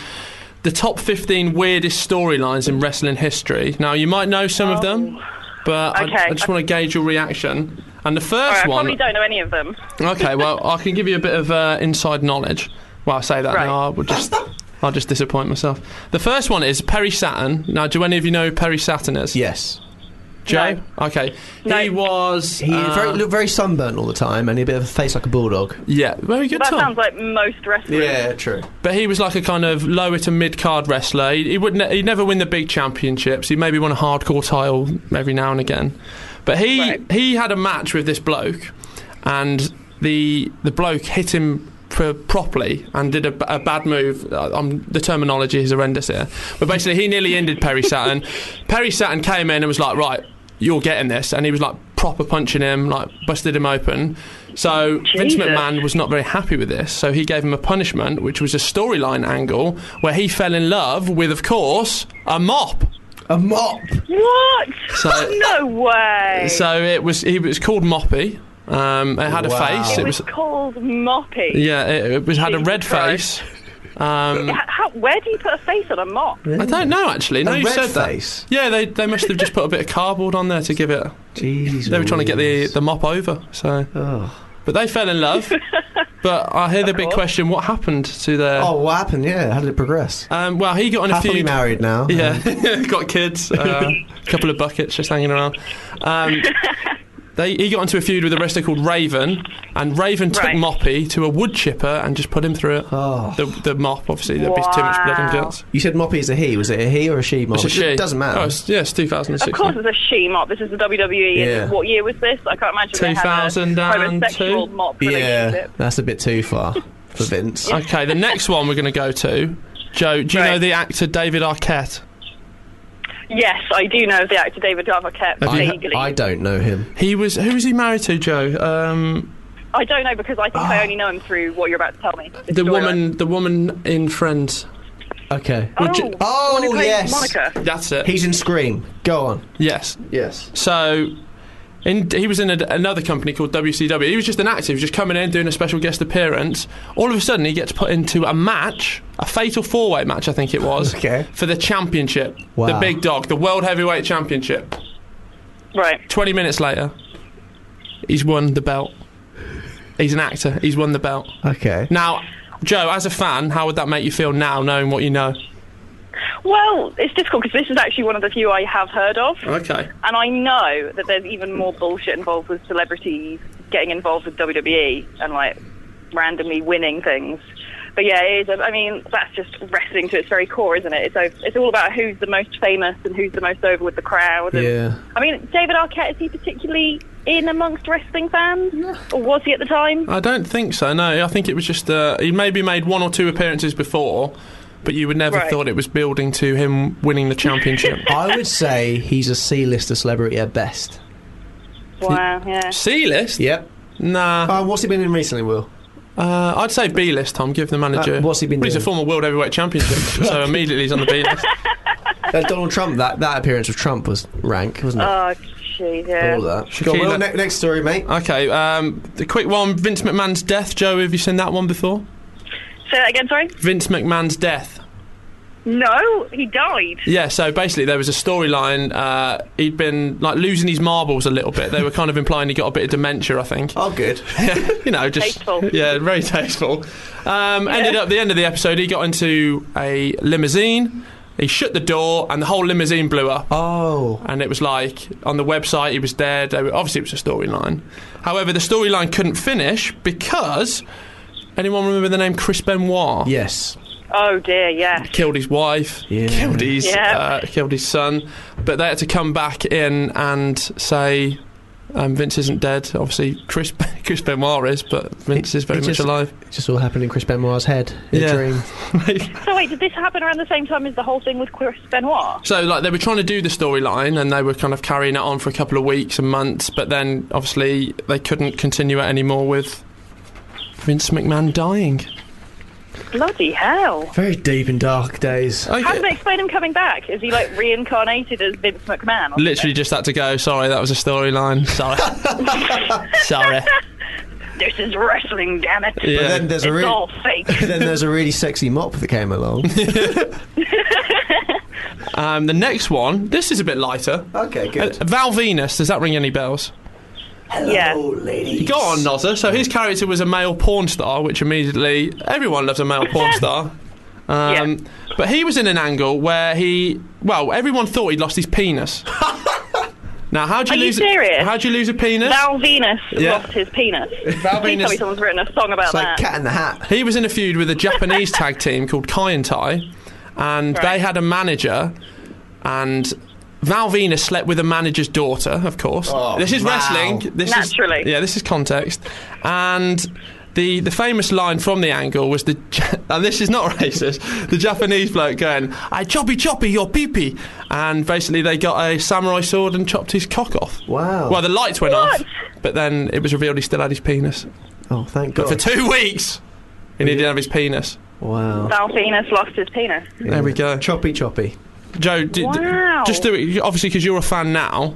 S2: the top fifteen weirdest storylines in wrestling history. Now you might know some of them, but I- I,
S6: Oh. Okay.
S2: just want to gauge your reaction. And the
S6: All right,
S2: first
S6: I
S2: one.
S6: probably don't know any of them.
S2: Okay, well I can give you a bit of uh, inside knowledge. Well, I say that
S6: Right.
S2: now. I would just. I'll just disappoint myself. The first one is Perry Saturn. Now, do any of you know who Perry Saturn is?
S1: Yes.
S2: Joe? Okay. He
S6: No.
S2: was.
S1: He
S2: uh,
S1: very, looked very sunburnt all the time and he had a bit of a face like a bulldog.
S2: yeah, very good
S6: That
S2: Tom.
S6: sounds like most wrestlers.
S1: true.
S2: But he was like a kind of lower to mid card wrestler. He, he would ne- he'd never win the big championships. He maybe won a hardcore title every now and again. But he
S6: Right.
S2: he had a match with this bloke, and the the bloke hit him pr- properly and did a, b- a bad move. Uh, Um, the terminology is horrendous here, but basically he nearly ended Perry Saturn. Perry Saturn came in and was like, right. You're getting this, and he was like proper punching him, like busted him open. So Vince
S6: Jesus.
S2: McMahon was not very happy with this. So he gave him a punishment, which was a storyline angle where he fell in love with, of course, a mop.
S1: A mop.
S6: What?
S2: So-
S6: no way.
S2: So it was he was called Moppy. Um, it had a
S1: Wow.
S2: face.
S6: it
S2: It
S6: was
S2: was
S6: called Moppy.
S2: yeah. It, it was had a
S6: Jesus
S2: red
S6: Christ.
S2: face. Um,
S6: H- How, where do you put a face on a mop?
S2: I don't know actually. No,
S1: A
S2: you
S1: red
S2: said
S1: face?
S2: that. Yeah, they they must have just put a bit of cardboard on there to give it.
S1: Jesus. Oh.
S2: They were trying to get the the mop over. So, but they fell in love. but I hear the big
S6: course.
S2: question: What happened to their?
S1: Oh, what happened? Yeah, how did it progress?
S2: Um, well, he got on a
S1: Happily
S2: few.
S1: married now.
S6: Um,
S2: Yeah, got kids, uh, a couple of buckets just hanging around. Um, they, he got into a feud with a wrestler called Raven, and Raven took
S6: Right.
S2: Moppy to a wood chipper and just put him through it.
S1: Oh.
S2: The, the mop, obviously, there'd be too much blood and
S6: Wow.
S2: guts.
S1: You said Moppy is a he. Was it a he or a she mop?
S2: It's a
S1: It
S2: she.
S1: doesn't matter.
S2: Oh, it's, yeah, it's 2006.
S6: Of course, it's a she mop. This is the WWE.
S1: Yeah.
S6: And what year was this? I can't imagine. they had a
S2: 2002?
S6: homosexual mop
S1: yeah,
S6: relationship.
S1: that's a bit too far for Vince.
S2: Okay, the next one we're going to go to. Joe, do you
S6: Right.
S2: know the actor David Arquette?
S6: Yes, I do know the actor David Arquette
S2: Have you-
S6: vaguely.
S1: I
S6: I,
S1: don't know him.
S2: He was. Who was he married to, Joe? Um,
S6: don't know because I think I only know him through what you're about to tell me. This
S2: the
S6: storyline.
S2: woman. The woman in Friends.
S1: Okay.
S6: Oh,
S2: Would you-
S1: Oh,
S6: the one who plays
S1: yes.
S6: Monica.
S2: That's it.
S1: He's in Scream. Go on.
S2: yes.
S1: Yes.
S2: So, in, he was in a, another company called WCW. He was just an actor. He was just coming in, doing a special guest appearance. All of a sudden, he gets put into a match, a fatal four way match, I think it was,
S1: Okay.
S2: for the championship, the
S1: Wow.
S2: big dog, the World Heavyweight Championship.
S6: Right.
S2: 20 minutes later, he's won the belt. He's an actor, he's won the belt.
S1: Okay.
S2: Now, Joe, as a fan, how would that make you feel now, knowing what you know?
S6: Well, it's difficult because this is actually one of the few I have heard of.
S2: Okay.
S6: And I know that there's even more bullshit involved with celebrities getting involved with WWE and like randomly winning things. But yeah, it is. I mean, that's just wrestling to its very core, isn't it? It's o- it's all about who's the most famous and who's the most over with the crowd. And,
S1: Yeah.
S6: I mean, David Arquette is he particularly in amongst wrestling fans, or was he at the time?
S2: I don't think so. No, I think it was just uh, he maybe made one or two appearances before, but you would never
S6: Right.
S2: thought it was building to him winning the championship.
S1: I would say he's a C-lister celebrity at best.
S6: Wow. Yeah.
S2: C list?
S1: Yep.
S2: Nah,
S1: Uh, what's he been in recently, Will?
S2: uh, I'd say B list. Tom, give the manager.
S1: Uh, what's he been
S2: Well, He's a
S1: doing?
S2: former world heavyweight championship, so immediately he's on the B list.
S1: Uh, Donald Trump. That that appearance of Trump was rank, wasn't it?
S6: Oh, jeez. Yeah.
S1: All that. Go on,
S2: Shaquille-
S1: Will, ne- next story, mate.
S2: Okay, um, the quick one: Vince McMahon's death. Joe, have you seen that one before?
S6: Say that again. Sorry.
S2: Vince McMahon's death.
S6: No, he died.
S2: Yeah, so basically there was a storyline. Uh, he'd been like losing his marbles a little bit. They were kind of implying he got a bit of dementia, I think.
S1: Oh, good.
S2: you know, just
S6: Tasteful.
S2: yeah, very tasteful. Um, Ended up the end of the episode, he got into a limousine. He shut the door, and the whole limousine blew up.
S1: Oh,
S2: And it was like on the website, he was dead. They were- Obviously, it was a storyline. However, the storyline couldn't finish because anyone remember the name Chris Benoit?
S1: yes.
S6: Oh dear. Yeah.
S2: killed his wife,
S1: Yeah.
S2: killed his uh,
S6: Yeah.
S2: killed his son, but they had to come back in and say. Um, Vince isn't dead. Obviously, Chris Chris Benoit is, but Vince is very
S1: it
S2: much
S1: just-
S2: alive.
S1: It just all happened in Chris Benoit's head. In
S2: Yeah.
S1: A dream.
S6: So wait, did this happen around the same time as the whole thing with Chris Benoit?
S2: so, like, they were trying to do the storyline, and they were kind of carrying it on for a couple of weeks and months. But then, obviously, they couldn't continue it anymore with Vince McMahon dying.
S6: Bloody hell.
S1: Very deep and dark days.
S6: How
S2: Okay.
S6: do they explain him coming back? Is he like reincarnated as Vince McMahon? or
S2: Literally just had to go. Sorry, that was a storyline. Sorry, sorry.
S6: something? This is wrestling, damn it.
S2: Yeah.
S1: But then there's
S6: It's
S1: a really,
S6: all fake.
S1: then there's a really sexy mop that came along.
S2: Um, the next one. This is a bit lighter.
S1: okay,
S2: Uh, Val Venus, does that ring any bells?
S6: yeah.
S1: lady.
S2: Go on, Nozza. So his character was a male porn star, which immediately everyone loves a male porn star. Um, But he was in an angle where he, well, everyone thought he'd lost his penis. now, how do you
S6: Are you
S2: lose?
S6: serious?
S2: How do you lose a penis?
S6: Val Venus
S2: Yeah.
S6: lost his penis.
S2: Val
S6: Please tell me
S2: Venus.
S6: someone's written a song about
S1: It's like
S6: that.
S1: Cat in the Hat.
S2: He was in a feud with a Japanese tag team called Kai and Tai, and they
S6: Right.
S2: had a manager, and Val Venus slept with the manager's daughter, of course.
S1: Oh,
S2: this is
S1: wow.
S2: wrestling. This
S6: Naturally.
S2: Is, yeah, this is context. And the the famous line from the angle was the Ja- and this is not racist. The Japanese bloke going, "I choppy choppy your pee pee," and basically they got a samurai sword and chopped his cock off.
S1: Wow.
S2: Well, the lights went off, but then it was revealed he still had his penis.
S1: oh, thank
S2: But
S1: God.
S2: for two weeks, he needed to have his penis.
S1: wow.
S6: Balfinus lost his penis.
S2: There we go.
S1: Choppy, choppy.
S2: Joe, d- d-
S6: Wow.
S2: just do it. Obviously, because you're a fan now,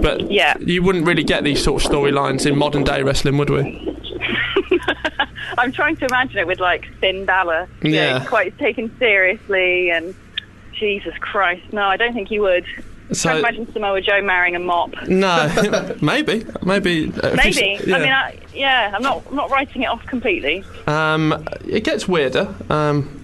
S2: but
S6: Yeah.
S2: you wouldn't really get these sort of storylines in modern day wrestling, would we?
S6: I'm trying to imagine it with like Finn Balor. you know,
S2: Yeah.
S6: quite taken seriously and Jesus Christ. No, I don't think he would. Can't
S2: So
S6: imagine Samoa Joe marrying a mop.
S2: no, maybe, maybe, uh, if you
S6: Maybe.
S2: s-
S6: I mean,
S2: yeah.
S6: I, yeah, I'm not I'm not writing it off completely.
S2: um, it gets weirder. Um,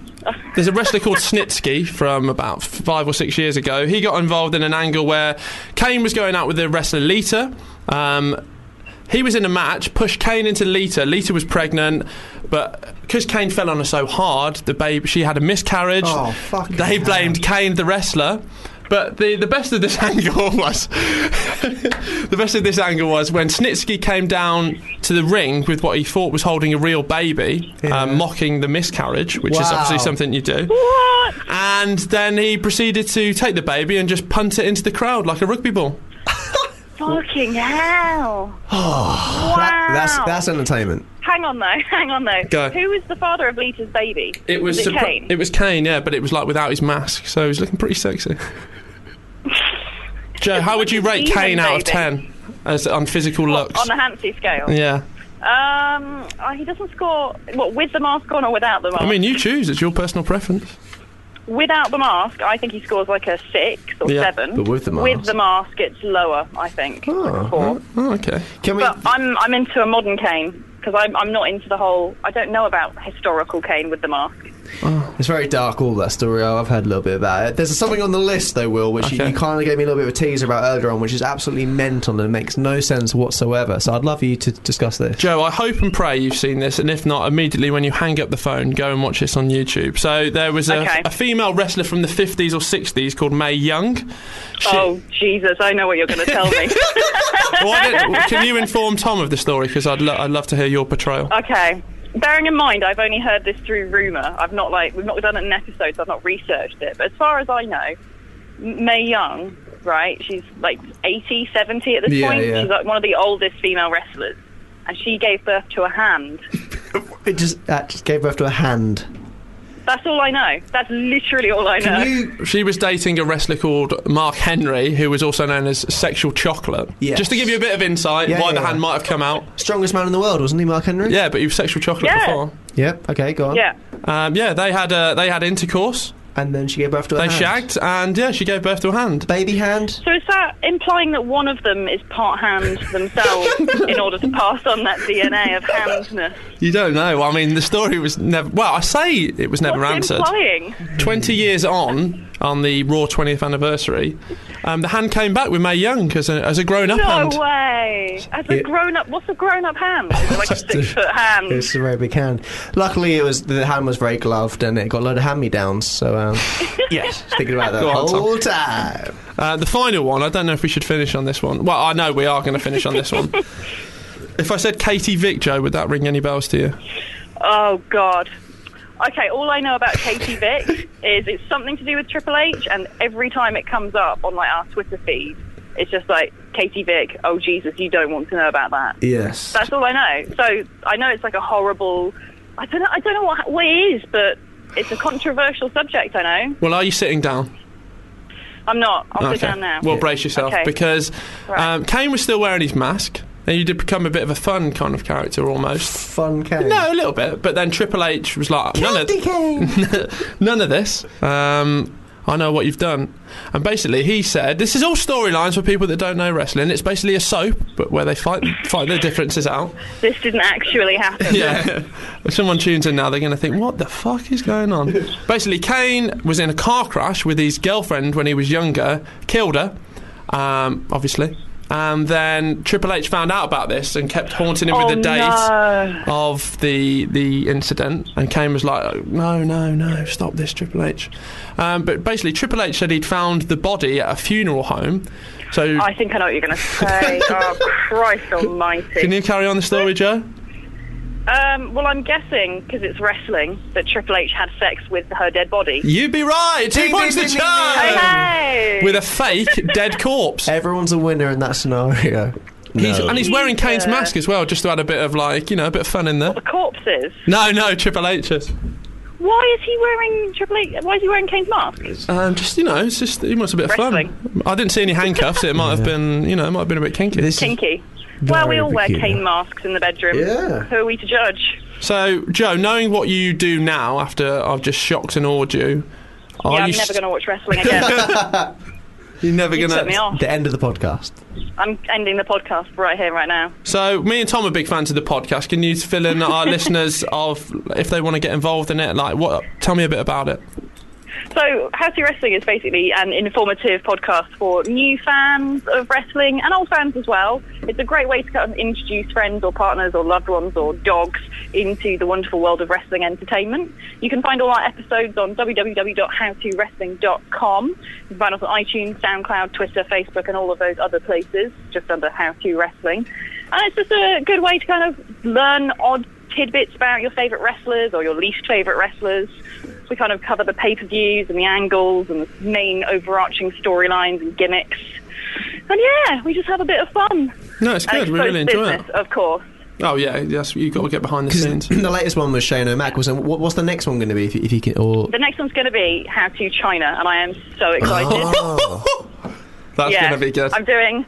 S2: there's a wrestler called Snitsky from about five or six years ago. He got involved in an angle where Kane was going out with the wrestler Lita. Um, he was in a match, pushed Kane into Lita. Lita was pregnant, but because Kane fell on her so hard, the babe she had a miscarriage.
S1: Oh, fucking
S2: They
S1: hell.
S2: blamed Kane, the wrestler. But the, the best of this angle was the best of this angle was when Snitsky came down to the ring with what he thought was holding a real baby, um, mocking the miscarriage, which is
S1: Wow.
S2: obviously something you do.
S6: What?
S2: And then he proceeded to take the baby and just punt it into the crowd like a rugby ball.
S6: Fucking hell.
S2: Oh,
S6: wow.
S1: That, that's that's entertainment.
S6: Hang on though, hang on though.
S2: Go.
S6: Who was the father of Lita's baby?
S2: It was,
S6: it
S2: surpri-
S6: Kane?
S2: It was Kane, yeah, but it was like without his mask, so he was looking pretty sexy. Joe, how would you rate
S6: Demon
S2: Kane out of
S6: baby.
S2: ten as on physical looks?
S6: on the Hansi scale.
S2: yeah,
S6: Um, oh, he doesn't score. What with the mask on or without the mask?
S2: I mean, you choose. It's your personal preference.
S6: without the mask, I think he scores like a six or
S2: Yeah,
S6: seven.
S1: but with the
S6: with
S1: mask-
S6: the mask, it's lower. I think like a four.
S2: Oh, okay.
S1: Can we?
S6: But I'm I'm into a modern cane because I'm I'm not into the whole. I don't know about historical cane with the mask.
S1: It's very dark, all that story. Oh, I've heard a little bit about it. There's something on the list, though, Will, which you,
S2: Okay.
S1: you kind of gave me a little bit of a teaser about earlier on, which is absolutely mental and makes no sense whatsoever. So I'd love you to discuss this.
S2: Joe, I hope and pray you've seen this, and if not, immediately when you hang up the phone, go and watch this on YouTube. So there was a,
S6: Okay.
S2: a female wrestler from the 50s or 60s called Mae Young. She-
S6: Oh Jesus! I know what you're going to tell me.
S2: Why don't- can you inform Tom of the story? Because I'd, lo- I'd love to hear your portrayal.
S6: Okay. Bearing in mind, I've only heard this through rumor. I've not like we've not done an episode, so I've not researched it. But as far as I know, M- Mae Young, right? She's like 80, 70 at this
S1: Yeah,
S6: point.
S1: yeah.
S6: She's like one of the oldest female wrestlers, and she gave birth to a hand.
S1: It just, that just gave birth to a hand.
S6: That's all I know. That's literally all I know.
S1: You,
S2: She was dating a wrestler called Mark Henry, who was also known as Sexual Chocolate.
S1: Yes.
S2: Just to give you a bit of insight
S1: Yeah,
S2: why
S1: yeah,
S2: the
S1: yeah.
S2: hand might have come out.
S1: strongest man in the world, wasn't he, Mark Henry?
S2: Yeah, but he was Sexual Chocolate
S6: Yeah.
S2: before.
S1: Yep. Okay, go on.
S6: Yeah.
S2: Um, yeah, they had uh, they had intercourse.
S1: And then she gave birth to a
S2: They
S1: hand.
S2: shagged, and yeah, she gave birth to a hand.
S1: Baby hand.
S6: So is that implying that one of them is part hand themselves in order to pass on that DNA of handness?
S2: You don't know. I mean, the story was never. Well, I say it was never
S6: What's
S2: answered.
S6: it implying?
S2: Twenty years on, on the Raw 20th anniversary, um, the hand came back with Mae Young as a, as a grown up
S6: No
S2: hand.
S6: way. As a
S1: Yeah.
S6: grown up, what's a grown up hand? Is it like a six foot hand?
S1: It's a very big hand. Luckily, it was the hand was very gloved, and it got a load of hand me downs. So, um, yes, thinking about that the
S2: Go on, Tom.
S1: whole time.
S2: Uh, the final one, I don't know if we should finish on this one. Well, I know we are going to finish on this one. If I said Katie Vick, Joe, would that ring any bells to you?
S6: Oh, God. Okay, all I know about Katie Vick is it's something to do with Triple H, and every time it comes up on like our Twitter feed, it's just like Katie Vick. Oh Jesus, you don't want to know about that.
S1: Yes.
S6: That's all I know. So I know it's like a horrible. I don't know. I don't know what, what it is, but it's a controversial subject. I know.
S2: Well, are you sitting down?
S6: I'm not. I'll sit down now.
S2: Well, brace yourself
S6: Okay.
S2: because
S6: Right.
S2: um, Kane was still wearing his mask, and you did become a bit of a fun kind of character almost.
S1: Fun cane.
S2: No, a little bit, but then Triple H was like, none of, none of this. Um, I know what you've done. And basically, he said, this is all storylines for people that don't know wrestling. It's basically a soap, but where they fight, fight their differences out.
S6: this didn't actually happen.
S2: Yeah. if someone tunes in now, they're going to think, what the fuck is going on? Basically, Kane was in a car crash with his girlfriend when he was younger, killed her, um, obviously. And then Triple H found out about this and kept haunting him
S6: Oh
S2: with the date
S6: no.
S2: of the the incident. And Kane was like, no, no, no, stop this, Triple H. Um, but basically, Triple H said he'd found the body at a funeral home. So,
S6: I think I know what you're going to say. oh, Christ almighty.
S2: can you carry on the story, Joe?
S6: Um, well, I'm guessing because it's wrestling that Triple H had sex with her dead body.
S2: You'd be right. Two points to
S6: Hey,
S2: Charlie
S6: hey!
S2: with a fake dead corpse.
S1: Everyone's a winner in that scenario.
S2: He's, and he's wearing Kane's
S6: Yeah.
S2: mask as well, just to add a bit of like you know a bit of fun in there.
S6: the corpses.
S2: No, no, Triple H's.
S6: Why is he wearing Triple H? Why is he wearing Kane's mask?
S2: Um, just you know, it's just he wants a bit of fun.
S6: Wrestling.
S2: I didn't see any handcuffs. It might have been you know it might have been a bit kinky.
S1: This is-
S6: Kinky. Well, we all wear
S1: peculiar.
S6: cane masks in the bedroom.
S1: Yeah.
S6: Who are we to judge?
S2: So, Joe, knowing what you do now after I've just shocked and awed you, are
S6: yeah, I'm
S2: you
S6: never going to watch wrestling again.
S2: You're never
S6: you
S2: gonna.
S6: took me off.
S1: the end of the podcast.
S6: I'm ending the podcast right here, right now.
S2: So, me and Tom are big fans of the podcast. Can you fill in our listeners of if they want to get involved in it? Like, what? Tell me a bit about it.
S6: So, Housey Wrestling is basically an informative podcast for new fans of wrestling and old fans as well. It's a great way to kind of introduce friends or partners or loved ones or dogs into the wonderful world of wrestling entertainment. You can find all our episodes on www.howtowrestling.com. You can find us on iTunes, SoundCloud, Twitter, Facebook, and all of those other places, just under How to Wrestling. And it's just a good way to kind of learn odd tidbits about your favourite wrestlers or your least favourite wrestlers. We kind of cover the pay per views and the angles and the main overarching storylines and gimmicks. And yeah, we just have a bit of fun.
S2: No, it's
S6: And
S2: good. We really
S6: exposed
S2: enjoy
S6: business, Of course.
S2: it. Oh yeah, yes, you've got to get behind the scenes.
S1: the latest one was Shane O'Mac. Was um, what, what's the next one going to be? If you, if you can, or
S6: The next one's going to be How to China, and I am so excited.
S2: That's
S6: yeah,
S2: gonna be good.
S6: I'm doing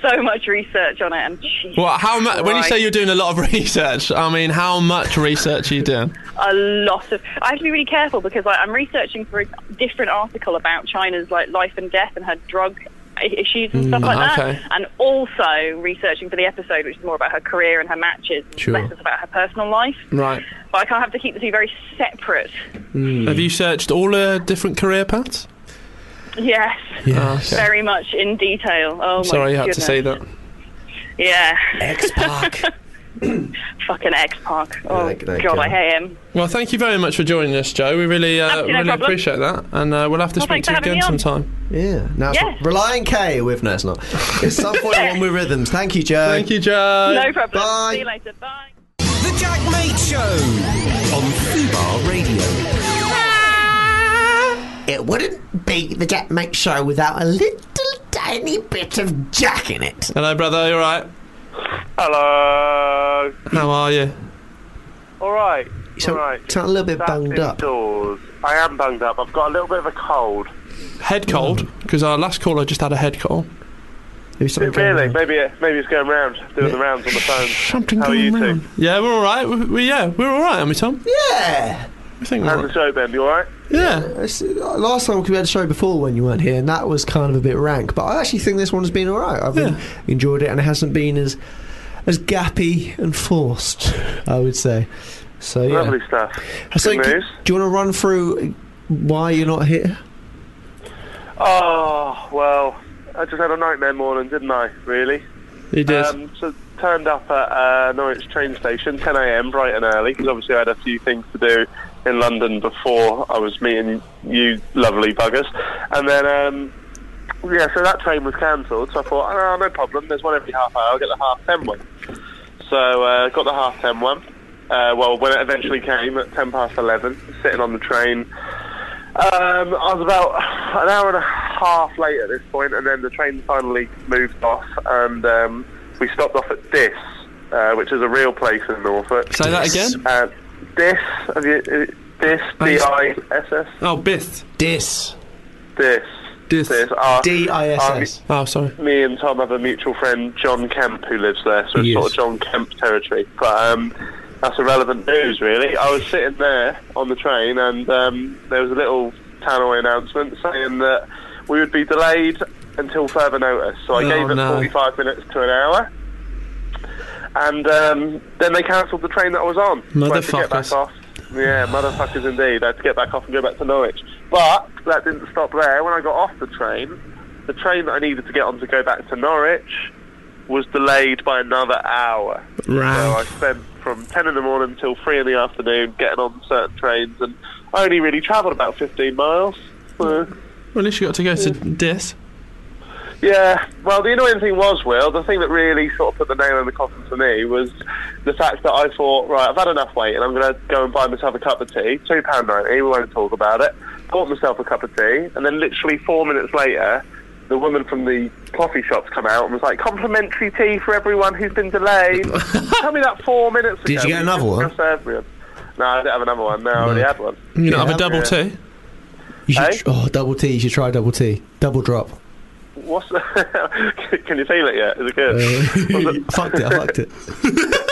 S6: so much research on it. And Jesus
S2: Well, how mu- when you
S6: Christ.
S2: say you're doing a lot of research, I mean, how much research are you doing?
S6: a lot of. I have to be really careful because like, I'm researching for a different article about China's like life and death and her drug i- issues and stuff like
S2: Hmm, okay.
S6: that, and also researching for the episode, which is more about her career and her matches, and
S1: Sure.
S6: less about her personal life.
S2: Right.
S6: But I kind of have to keep the two very separate.
S2: Have you searched all uh, different career paths?
S6: Yes,
S2: Yeah. Okay.
S6: very much in detail. Oh, my
S2: Sorry, you had to
S6: goodness.
S2: say that.
S6: Yeah,
S1: X Park.
S6: fucking X Park. Oh
S1: Like- like,
S6: God,
S1: uh,
S6: I hate him.
S2: Well, thank you very much for joining us, Joe. We really, uh,
S6: Absolutely no
S2: really
S6: problem.
S2: appreciate that, and uh, we'll have to
S6: Well,
S2: speak
S6: thanks
S2: to you again
S6: for having me on.
S2: sometime.
S1: yeah. Now it's
S6: Yes.
S1: Reliant K with no, it's not. It's some point one with rhythms. Thank you, Joe.
S2: Thank you, Joe.
S6: No problem.
S1: bye.
S6: See you later. Bye.
S3: The Jack Mate Show on Fubar Radio.
S4: It wouldn't be the Jack Mate Show without a little tiny bit of Jack in it.
S2: Hello, brother. You all right?
S7: Hello.
S2: How are you?
S7: All right.
S1: You sound,
S7: all right.
S1: sound a little bit
S7: That's
S1: bunged up.
S7: indoors. I am bunged up. I've got a little bit of a cold.
S2: Head cold? Because our last caller just had a head cold.
S1: There was something going
S7: really?
S1: on.
S7: Maybe it, maybe it's going round, doing the rounds on the phone.
S2: Something
S7: How are
S2: going
S7: you
S2: round.
S7: two?
S2: Yeah, we're all right. We, we- yeah, we're all right, aren't we, Tom?
S1: Yeah.
S2: I think we're all
S7: How's the
S2: right.
S7: show been? You all right?
S2: Yeah.
S1: It's- uh, Last time 'cause we had a show before when you weren't here, and that was kind of a bit rank. But I actually think this one's been all right. I've been-
S2: Yeah.
S1: enjoyed it, and it hasn't been as as gappy and forced. I would say. So yeah.
S7: Lovely stuff.
S1: So,
S7: Good
S1: c-
S7: news.
S1: do you want to run through why you're not here?
S7: Oh well, I just had a nightmare morning, didn't I? Really?
S2: He did.
S7: Um, so turned up at uh, Norwich train station, 10 a.m. bright and early, because obviously I had a few things to do in London before I was meeting you lovely buggers. And then, um, yeah, so that train was cancelled. So I thought, oh, no problem. There's one every half hour. I'll get the half ten one. So uh, got the half ten one. Uh, well, when it eventually came at ten past eleven, sitting on the train. Um, I was about an hour and a half late at this point, and then the train finally moved off, and um, we stopped off at Dis, uh, which is a real place in Norfolk.
S2: say that again.
S7: Uh, Dis, have you, uh, Dis, D-I-S-S,
S2: Oh, Bith.
S1: Dis.
S7: Dis.
S2: Dis.
S7: Uh,
S1: D I S
S7: uh,
S1: S.
S2: Oh, sorry.
S7: me and Tom have a mutual friend, John Kemp, who lives there, so it's
S1: Yes.
S7: sort of John Kemp territory. But um, that's irrelevant news, really. I was sitting there on the train, and um, there was a little tannoy announcement saying that we would be delayed until further notice. So I
S2: Oh,
S7: gave it
S2: no.
S7: 45 minutes to an hour. And um, then they cancelled the train that I was on. So I had to get back
S2: Motherfuckers.
S7: off. Yeah, motherfuckers indeed. I had to get back off and go back to Norwich. But that didn't stop there. When I got off the train, the train that I needed to get on to go back to Norwich was delayed by another hour. So I
S2: Right.
S7: spent from 10 in the morning till 3 in the afternoon getting on certain trains, and I only really travelled about 15 miles. Uh,
S2: Well, at least you got to go to Dis.
S7: Yeah, well, the annoying thing was, Will, the thing that really sort of put the nail in the coffin for me was the fact that I thought, right, I've had enough weight and I'm going to go and buy myself a cup of tea, £2.90, we won't talk about it. Bought myself a cup of tea, and then literally four minutes later, the woman from the coffee shop's come out and was like, complimentary tea for everyone who's been delayed. Tell me that four minutes ago.
S1: Did you get
S7: We
S1: another one?
S7: discussed everyone. No, I didn't have another one. No, I already had one.
S2: You don't have
S1: Yeah.
S2: a double two.
S1: You should,
S7: Hey?
S1: Oh, double T. You should try double T. Double drop.
S7: What's the... Can you feel it yet? Is it good?
S1: Uh,
S7: What's it-
S1: fucked it. I fucked it.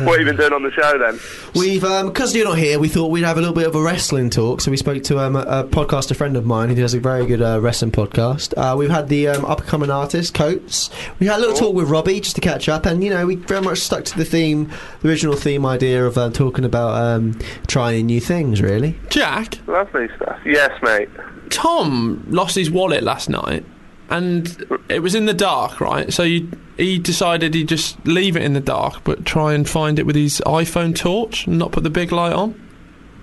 S7: what have you been doing on the show then?
S1: We've because you're not here, we thought we'd have a little bit of a wrestling talk. So we spoke to um, a, a podcaster friend of mine who does a very good uh, wrestling podcast. Uh, we've had the um, up and coming artist Coates. We had a little talk with Robbie just to catch up, and you know we very much stuck to the theme, the original theme idea of uh, talking about um, trying new things. Really,
S2: Jack,
S7: Lovely stuff. Yes, mate.
S2: Tom lost his wallet last night, and it was in the dark, right? So you, he decided he'd just leave it in the dark, but try and find it with his iPhone torch and not put the big light on.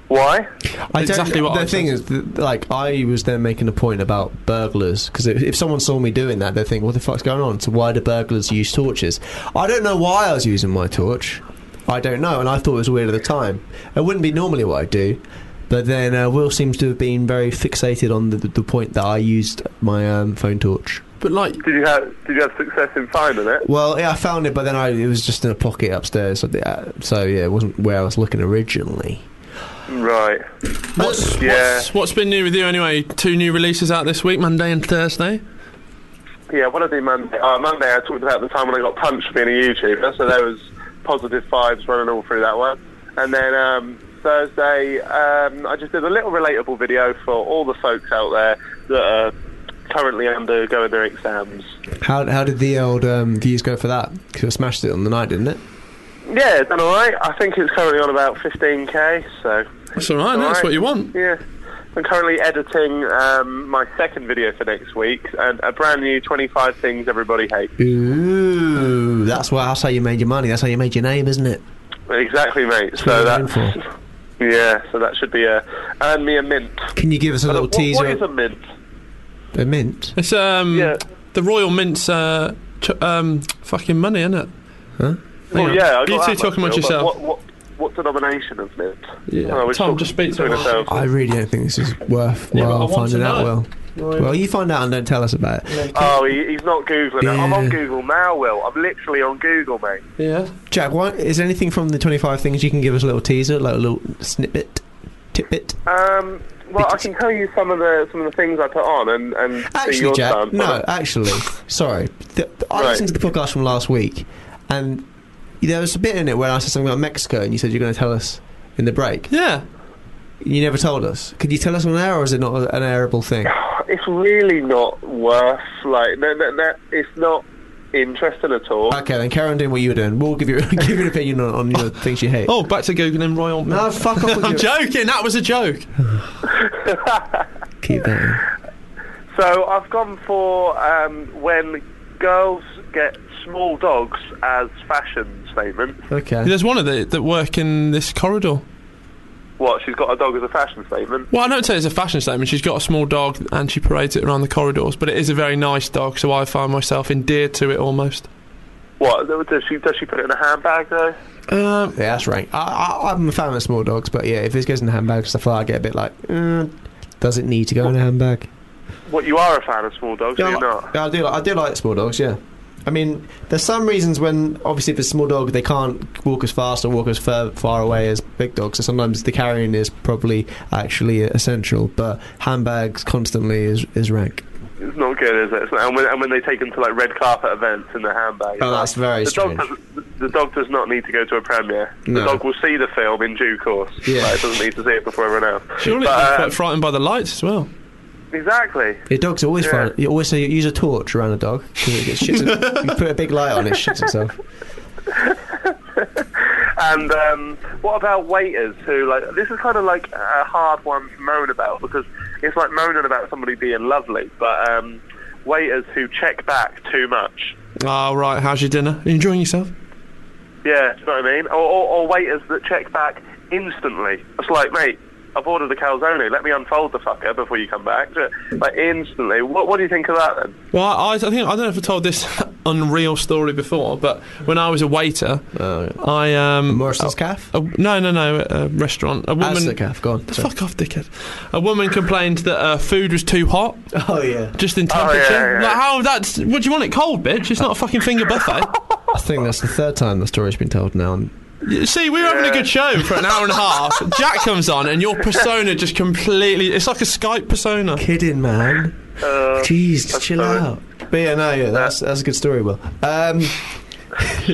S7: Why?
S1: I don't-
S2: Exactly what
S1: the
S2: I was
S1: thing is. th like I was then making a point about burglars because if, if someone saw me doing that, they'd think, "What the fuck's going on?" So why do burglars use torches? I don't know why I was using my torch. I don't know, and I thought it was weird at the time. It wouldn't be normally what I do, but then uh, Will seems to have been very fixated on the, the, the point that I used my um, phone torch.
S2: But like,
S7: Did you have Did you have success in finding it?
S1: Well, yeah, I found it, but then I, it was just in a pocket upstairs. So, the- uh, so yeah, it wasn't where I was looking originally.
S7: Right.
S2: what's,
S7: Yeah.
S2: what's what's been new with you anyway? Two new releases out this week, Monday and Thursday.
S7: Yeah. What I did Monday. Uh, Monday, I talked about the time when I got punched for being a YouTuber. So there was positive vibes running all through that one. And then um, Thursday, um, I just did a little relatable video for all the folks out there that are currently undergoing their exams.
S1: How, how did the old um, views go for that? Because it smashed it on the night, didn't it?
S7: Yeah, done all right. I think it's currently on about 15k. So
S2: That's all right. That's
S7: Alright.
S2: what you want.
S7: Yeah. I'm currently editing um, my second video for next week, and a brand new 25 things everybody hates.
S1: Ooh, that's why. That's how you made your money. That's how you made your name, isn't it?
S7: Exactly, mate. So
S1: Very
S7: that's
S1: painful.
S7: yeah. So that should be a earn me a mint.
S1: Can you give us a little
S7: What-
S1: teaser?
S7: what is a mint?
S1: a mint.
S2: It's um
S7: Yeah.
S2: the Royal Mint's uh ch- um fucking money, isn't it? Huh?
S7: Well, Oh, yeah. I got
S2: you
S7: that
S2: two
S7: much,
S2: talking amongst
S7: Bill, but
S2: yourself.
S7: What, what, what denomination of mint?
S2: Yeah,
S7: Oh, we're
S2: Tom,
S7: talking
S2: just speak to
S7: between
S2: us.
S7: ourselves.
S1: I really don't think this is
S2: Yeah, but I
S1: worthwhile
S2: want
S1: finding
S2: to
S1: out.
S2: know.
S1: Well, well, you find out and don't tell us about it.
S7: Oh, he, he's not googling it. I'm
S1: Yeah.
S7: on Google now, Will. I'm literally on Google, mate.
S2: Yeah.
S1: Jack, what, is there anything from the twenty-five things you can give us a little teaser, like a little snippet, tidbit?
S7: Um, well, I can tell you some of the some of the things I put on, and and see
S1: Actually,
S7: your
S1: Jack,
S7: stance on
S1: no,
S7: it.
S1: actually, sorry. Th I
S7: Right.
S1: listened to the podcast from last week, and there was a bit in it where I said something about Mexico, and you said you're going to tell us in the break.
S2: Yeah.
S1: You never told us. Could you tell us on air, or is it not an airable thing?
S7: it's really not worth like no, no, no, it's not interesting at all.
S1: Okay, then carry on doing what you were doing. We'll give you give you an opinion on, on your things you hate.
S2: Oh, back to googling Royal Mint.
S1: no, fuck off with
S2: I'm
S1: your-
S2: joking. That was a joke.
S1: Keep that. in.
S7: So I've gone for um, when girls get small dogs as fashion statement.
S1: Okay.
S2: There's one of the that work in this corridor.
S7: What she's got a dog as a fashion statement.
S2: Well, I don't say it's a fashion statement. She's got a small dog and she parades it around the corridors, but it is a very nice dog, so I find myself endeared to it almost.
S7: What does she does she put it in a handbag though?
S2: Um,
S1: Yeah, that's right. I, I, I'm a fan of small dogs, but yeah, if this goes in a handbag and stuff, I get a bit like, mm, does it need to go in a handbag?
S7: What you are a fan of small dogs,
S1: Yeah,
S7: or
S1: I
S7: you're
S1: like-
S7: not?
S1: yeah, I do. Like, I do like small dogs. Yeah. I mean, there's some reasons when obviously if it's a small dog, they can't walk as fast or walk as far, far away as big dogs. So sometimes the carrying is probably actually essential, but handbags constantly is is rank.
S7: It's not good, is it? It's not, and, when, and when they take them to like red carpet events in the handbag.
S1: Oh, that's very
S7: the dog,
S1: strange.
S7: does, the dog does not need to go to a premiere.
S1: No.
S7: The dog will see the film in due course.
S1: Yeah.
S7: Like, it doesn't need to see it before everyone else.
S2: surely
S7: But,
S2: I'm
S7: uh,
S2: quite frightened by the lights as well.
S7: Exactly.
S1: Your dog's always
S7: Yeah.
S1: fine. You always say use a torch around a dog because it gets shits. it- you put a big light on it, shits itself.
S7: And um, what about waiters who like this is kind of like a hard one to moan about because it's like moaning about somebody being lovely, but um, waiters who check back too much.
S2: Oh, right. How's your dinner? Are you enjoying yourself?
S7: Yeah, do you know what I mean? Or, or, or waiters that check back instantly. It's like, mate, I've ordered a calzone. Let me unfold the fucker before you come back. Like instantly. What What do you think of that then?
S2: Well, I, I think I don't know if I told this unreal story before, but when I was a waiter, I um,
S1: Oh, Morrison's calf?
S2: a, no, no, no, a restaurant. A woman.
S1: That's the calf. Go on. sorry.
S2: Fuck off, dickhead. A woman complained that uh, food was too hot,
S1: Oh yeah.
S2: just in
S7: yeah,
S2: temperature.
S7: yeah.
S2: Like, how that's? What do you want it cold, bitch? It's not a fucking finger buffet.
S1: I think that's the third time the story's been told now. and-
S2: You See, we were having a good show for an hour and a half. Jack comes on, and your persona just completely—it's like a Skype persona.
S1: Kidding, man. Jeez, just chill
S7: fine.
S1: out. But yeah, no, yeah, that's that's a good story, Will. Um,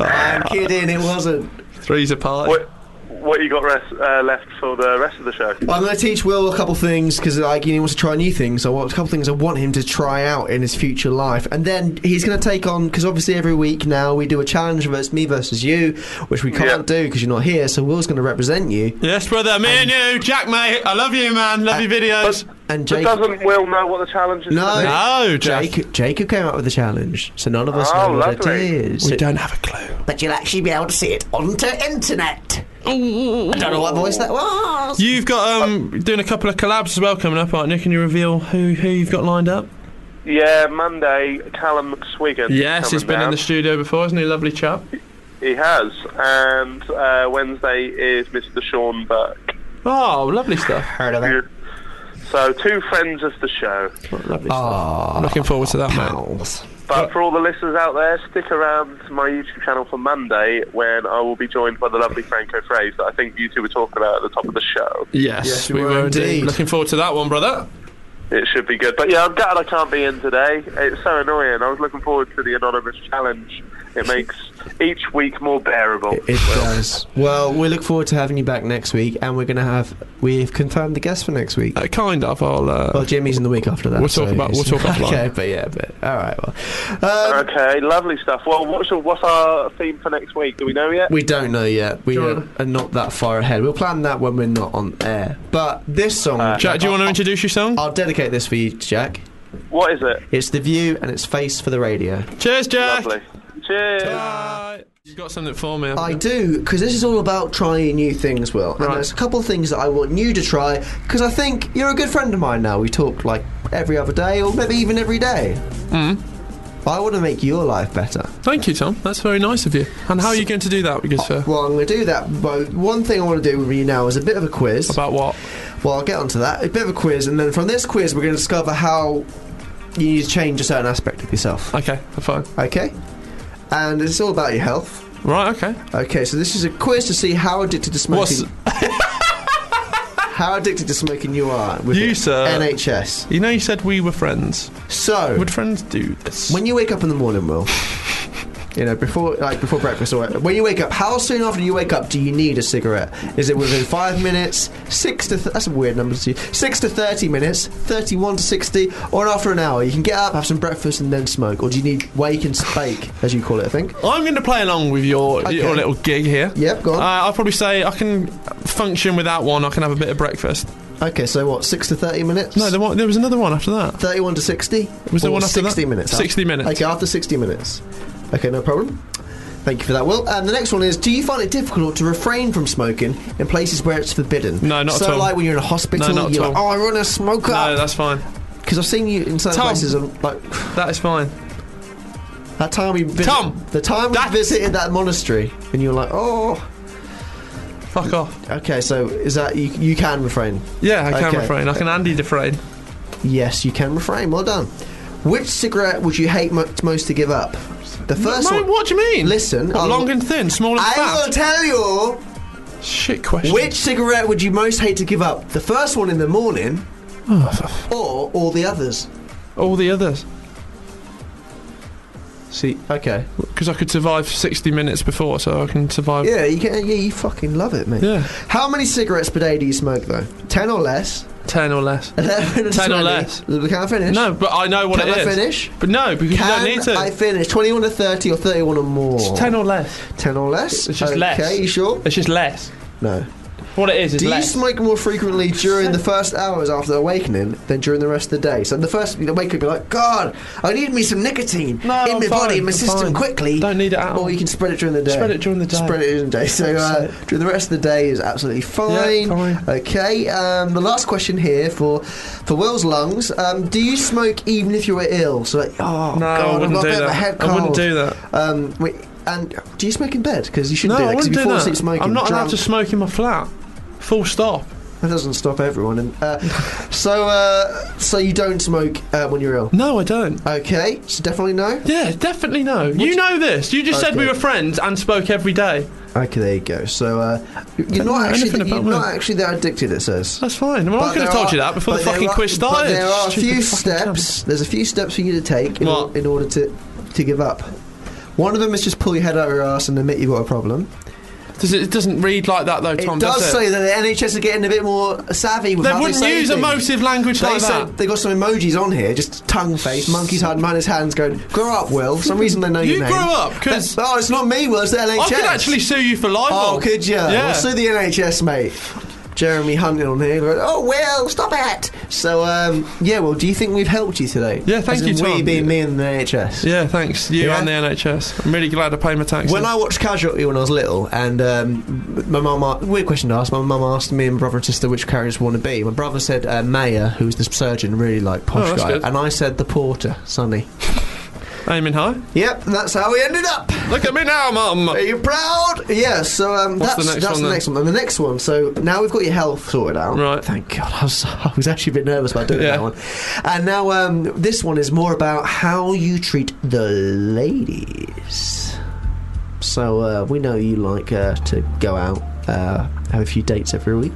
S1: I'm kidding. It wasn't.
S2: Three's apart.
S7: What What you got rest, uh, left for the rest of the show?
S1: I'm going to teach Will a couple things because like he wants to try new things. So what- a couple things I want him to try out in his future life, and then he's going to take on because obviously every week now we do a challenge versus me versus you, which we can't
S7: Yeah.
S1: do because you're not here. So Will's going to represent you,
S2: Yes, brother. Me and you, Jack, mate. I love you, man. Love your videos.
S1: and
S7: But
S1: Jake.
S7: doesn't Will know what the challenge is?
S1: No.
S2: No, Jack.
S1: Jacob, Jacob came up with the challenge, so none of us
S7: Oh,
S1: know what
S7: lovely.
S1: it is.
S2: We don't have a clue.
S4: But you'll actually be able to see it onto internet. I don't know what voice that was.
S2: You've got um doing a couple of collabs as well coming up, aren't you? Can you reveal who who you've got lined up?
S7: Yeah, Monday, Callum McSwiggan.
S2: Yes, he's
S7: coming
S2: been in
S7: down.
S2: the studio before, isn't he? a Lovely chap.
S7: He has. And uh, Wednesday is Mr. Sean Burke.
S2: Oh, lovely stuff.
S1: Heard of it?
S7: So two friends of the show.
S2: Lovely stuff. Looking forward to that, mate.
S7: But for all the listeners out there, stick around to my YouTube channel for Monday when I will be joined by the lovely Franco Fraze that I think you two were talking about at the top of the show.
S2: Yes,
S1: Yes,
S2: we were indeed.
S1: indeed.
S2: Looking forward to that one, brother.
S7: It should be good. But yeah, I'm glad I can't be in today. It's so annoying. I was looking forward to the anonymous challenge. It makes each week more bearable.
S1: It does. Well, we look forward to having you back next week, and we're going to have we've confirmed the guest for next week.
S2: Uh, kind of. I'll. Uh,
S1: Well, Jimmy's in the week after that.
S2: We'll talk about- we'll talk offline.
S1: Okay, but yeah, but all right. Well, um,
S7: Okay, lovely stuff. Well, what's, your, what's our theme for next week? Do we know yet?
S1: we don't know yet. We
S2: Sure.
S1: uh, are not that far ahead. We'll plan that when we're not on air. But this song,
S2: Jack, do you want to
S1: I'll-
S2: introduce your song?
S1: I'll dedicate this for you, Jack.
S7: What is it?
S1: It's the View, and it's Face for the Radio.
S2: Cheers, Jack.
S7: Lovely. Cheers.
S2: Bye. You've got something for me.
S1: I do, because this is all about trying new things, Will. And
S2: Right.
S1: there's a couple of things that I want you to try, because I think you're a good friend of mine now. We talk like every other day, or maybe even every day. I want to make your life better.
S2: Thank you, Tom. That's very nice of you. And how are you going to do that? Because uh,
S1: Well, I'm going to do that, but one thing I want to do with you now is a bit of a quiz.
S2: about what?
S1: Well, I'll get onto that. A bit of a quiz, and then from this quiz, we're going to discover how you need to change a certain aspect of yourself.
S2: Okay, fine.
S1: Okay? And it's all about your health.
S2: Right. Okay.
S1: Okay, so this is a quiz to see how addicted to
S2: What's-
S1: smoking. how addicted to smoking you are with
S2: You,
S1: the
S2: sir.
S1: NHS.
S2: You know, you said we were friends.
S1: So
S2: Would friends do this?
S1: when you wake up in the morning, Will, you know before like before breakfast or when you wake up, how soon after you wake up do you need a cigarette? Is it within five minutes, six to th- that's a weird number to see, six to thirty minutes, thirty-one to sixty, or after an hour? You can get up, have some breakfast, and then smoke, or do you need wake and spake as you call it? I think.
S2: I'm going to play along with your your little gig here.
S1: Yep, go on.
S2: Uh, I'll probably say I can function without one. I can have a bit of breakfast.
S1: Okay, so what, six to thirty minutes?
S2: No, there, wa- there was another one after that.
S1: 31 to 60?
S2: Was there
S1: Or
S2: one after
S1: 60
S2: that?
S1: minutes.
S2: 60 minutes.
S1: Okay, after 60 minutes. Okay, no problem. Thank you for that, Will. And the next one is Do you find it difficult to refrain from smoking in places where it's forbidden?
S2: No, not
S1: so
S2: at all.
S1: like when you're in a hospital,
S2: No, not at
S1: you're
S2: all.
S1: like, oh, I want to smoke
S2: No,
S1: up.
S2: that's fine.
S1: Because I've seen you in certain
S2: Tom.
S1: places, and like
S2: That is fine.
S1: that time we visited,
S2: Tom.
S1: the time we
S2: That's-
S1: visited that monastery, and you're like, oh,
S2: Fuck off.
S1: okay. So is that you? You can refrain.
S2: Yeah, I can
S1: Okay.
S2: refrain. I can Andy defrain.
S1: Yes, you can refrain. Well done. Which cigarette would you hate mo- most to give up? The first
S2: Mate,
S1: one.
S2: what do you mean?
S1: Listen,
S2: What,
S1: I'll-
S2: long and thin, small and
S1: I
S2: fat.
S1: will tell you
S2: Shit question.
S1: which cigarette would you most hate to give up? The first one in the morning, or all the others?
S2: All the others.
S1: See, okay,
S2: Because I could survive 60 minutes before, so I can survive.
S1: yeah, you can, yeah, you fucking love it, mate.
S2: Yeah.
S1: How many cigarettes per day do you smoke though? Ten or less?
S2: 10 or less.
S1: Eleven or
S2: 10 or
S1: 20?
S2: less.
S1: Can I finish?
S2: No, but I know what
S1: Can
S2: it
S1: I
S2: is.
S1: finish?
S2: But no, because
S1: Can
S2: you don't need to.
S1: I finish? Twenty-one to thirty, or thirty-one or more?
S2: It's 10 or less.
S1: Ten or less.
S2: It's just
S1: okay,
S2: less.
S1: you sure?
S2: It's just less.
S1: No.
S2: What it is is
S1: Do you
S2: let-
S1: smoke more frequently during the first hours after awakening than during the rest of the day? So in the first, you wake up, you're like, God, I need me some nicotine
S2: No,
S1: in
S2: I'm
S1: my
S2: fine,
S1: body, in my
S2: I'm
S1: system
S2: fine.
S1: quickly.
S2: Don't need it at all.
S1: Or you can spread it during the day.
S2: Spread it during the day.
S1: Spread it during the day. So uh, during the rest of the day is absolutely fine.
S2: fine.
S1: Okay. Um, the last question here for for Will's lungs: um, Do you smoke even if you were ill? So like, oh
S2: No, I
S1: God, I've
S2: wouldn't
S1: got a
S2: do
S1: bit of a
S2: that.
S1: head
S2: I
S1: cold.
S2: wouldn't do that.
S1: Um, wait, and do you smoke in bed? Because you
S2: No,
S1: shouldn't do
S2: I
S1: that. 'cause
S2: wouldn't
S1: if you
S2: do
S1: fall
S2: that.
S1: asleep smoking,
S2: I'm not allowed
S1: drunk-
S2: to smoke in my flat. Full stop.
S1: that doesn't stop everyone. And uh, so, uh, so you don't smoke uh, when you're ill.
S2: No, I don't.
S1: Okay, so definitely no.
S2: Yeah, definitely no. you know this. You just said we
S1: Okay.
S2: were friends and spoke every day.
S1: Okay, there you go. So uh, you're
S2: know
S1: not actually
S2: anything
S1: you're
S2: about
S1: not
S2: me.
S1: actually that addicted. It says.
S2: That's fine. Well,
S1: But
S2: I could have
S1: there
S2: told
S1: are-
S2: you that before
S1: but
S2: the
S1: there
S2: fucking
S1: are-
S2: quiz started.
S1: But there are a
S2: Stupid
S1: few
S2: fucking
S1: steps. There's a few steps for you to take in,
S2: What?
S1: or- in order to to give up. One of them is just pull your head out of your ass and admit you've got a problem.
S2: cunt. Does it, it doesn't read like that though,
S1: It
S2: Tom.
S1: does,
S2: does it?
S1: say that the NHS are getting a bit more savvy with
S2: They
S1: how
S2: wouldn't
S1: say
S2: use
S1: things.
S2: emotive language
S1: They
S2: like
S1: said
S2: that.
S1: they got some emojis on here, just tongue face, monkey's head, minus hands, going, grow up, Will. For some reason they know
S2: You
S1: your name.
S2: grew up, 'cause-
S1: But- Oh, it's not me, Will, it's the NHS.
S2: I could actually sue you for libel.
S1: Oh, could you?
S2: Yeah.
S1: Well, sue the NHS, mate. Jeremy Hunt on here. going, Oh, Will, stop it. So, um, yeah, well, do you think we've helped you today?
S2: Yeah,
S1: As
S2: thank
S1: in
S2: you,
S1: We
S2: Tom.
S1: being me and the NHS.
S2: Yeah, thanks. You
S1: Yeah.
S2: and the NHS. I'm really glad I paid my taxes.
S1: When I watched Casualty when I was little, and um, my mum, a- weird question to ask, my mum asked me and brother and sister which carriers we want to be. My brother said uh, Mayer, who was the surgeon, really like posh
S2: Oh, that's
S1: guy,
S2: good.
S1: and I said the porter, Sonny.
S2: aiming high.
S1: Yep, that's how we ended up.
S2: Look at me now, Mum.
S1: Are you proud? Yeah, so um,
S2: What's
S1: that's,
S2: the next
S1: that's
S2: one
S1: the
S2: then?
S1: next one. And the next one, so now we've got your health sorted out.
S2: Right.
S1: Thank God. I was, I was actually a bit nervous about doing
S2: Yeah.
S1: that one. And now um, this one is more about how you treat the ladies. So uh, we know you like uh, to go out, uh, have a few dates every week.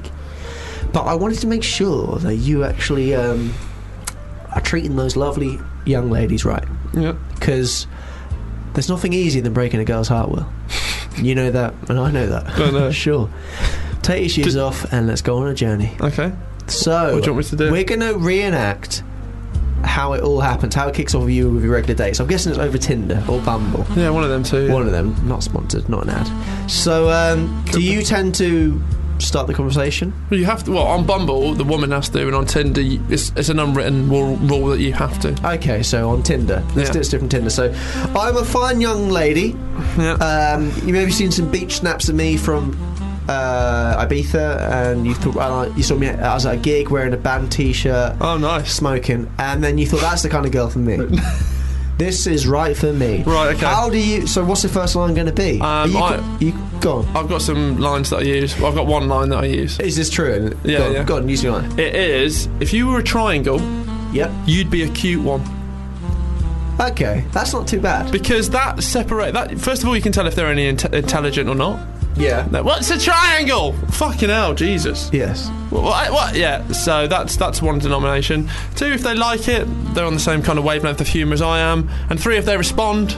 S1: But I wanted to make sure that you actually um, are treating those lovely young ladies right
S2: Yeah.
S1: because there's nothing easier than breaking a girl's heart, Will. You know that, and I know that.
S2: I know.
S1: sure. Take your shoes off and let's go on a journey.
S2: Okay.
S1: So,
S2: What do you want me to do?
S1: we're going to reenact how it all happens, how it kicks off with you with your regular dates. I'm guessing it's over Tinder or Bumble.
S2: Yeah, one of them two.
S1: One of them, not sponsored, not an ad. So, um, do you tend to start the conversation?
S2: Well, You have to. Well, on Bumble, the woman has to, and on Tinder, you- it's, it's an unwritten rule, rule that you have to.
S1: Okay, so on Tinder. Let's
S2: Yeah.
S1: do this different Tinder. So, I'm a fine young lady.
S2: Yeah.
S1: Um, you maybe seen some beach snaps of me from uh, Ibiza, and you thought uh, you saw me. I was at a gig wearing a band T-shirt,
S2: oh, nice.
S1: smoking, and then you thought that's the kind of girl for me. this is right for me.
S2: Right, okay. Um,
S1: How do you? So, what's the first line going to be? Are you,
S2: I-
S1: go- you go on.
S2: I've got some lines that I use. Well, I've got one line that I use.
S1: Is this true?
S2: Yeah,
S1: Go on,
S2: yeah.
S1: Go on, use your line.
S2: It is if you were a triangle,
S1: Yep.
S2: you'd be a cute one
S1: Okay, that's not too bad.
S2: because that separate that. First of all, you can tell if they're any inte- intelligent or not.
S1: Yeah.
S2: Now, What's a triangle? Fucking hell, Jesus.
S1: Yes.
S2: What, what? Yeah. So that's that's one denomination. Two, if they like it, they're on the same kind of wavelength of humour as I am. And three, if they respond,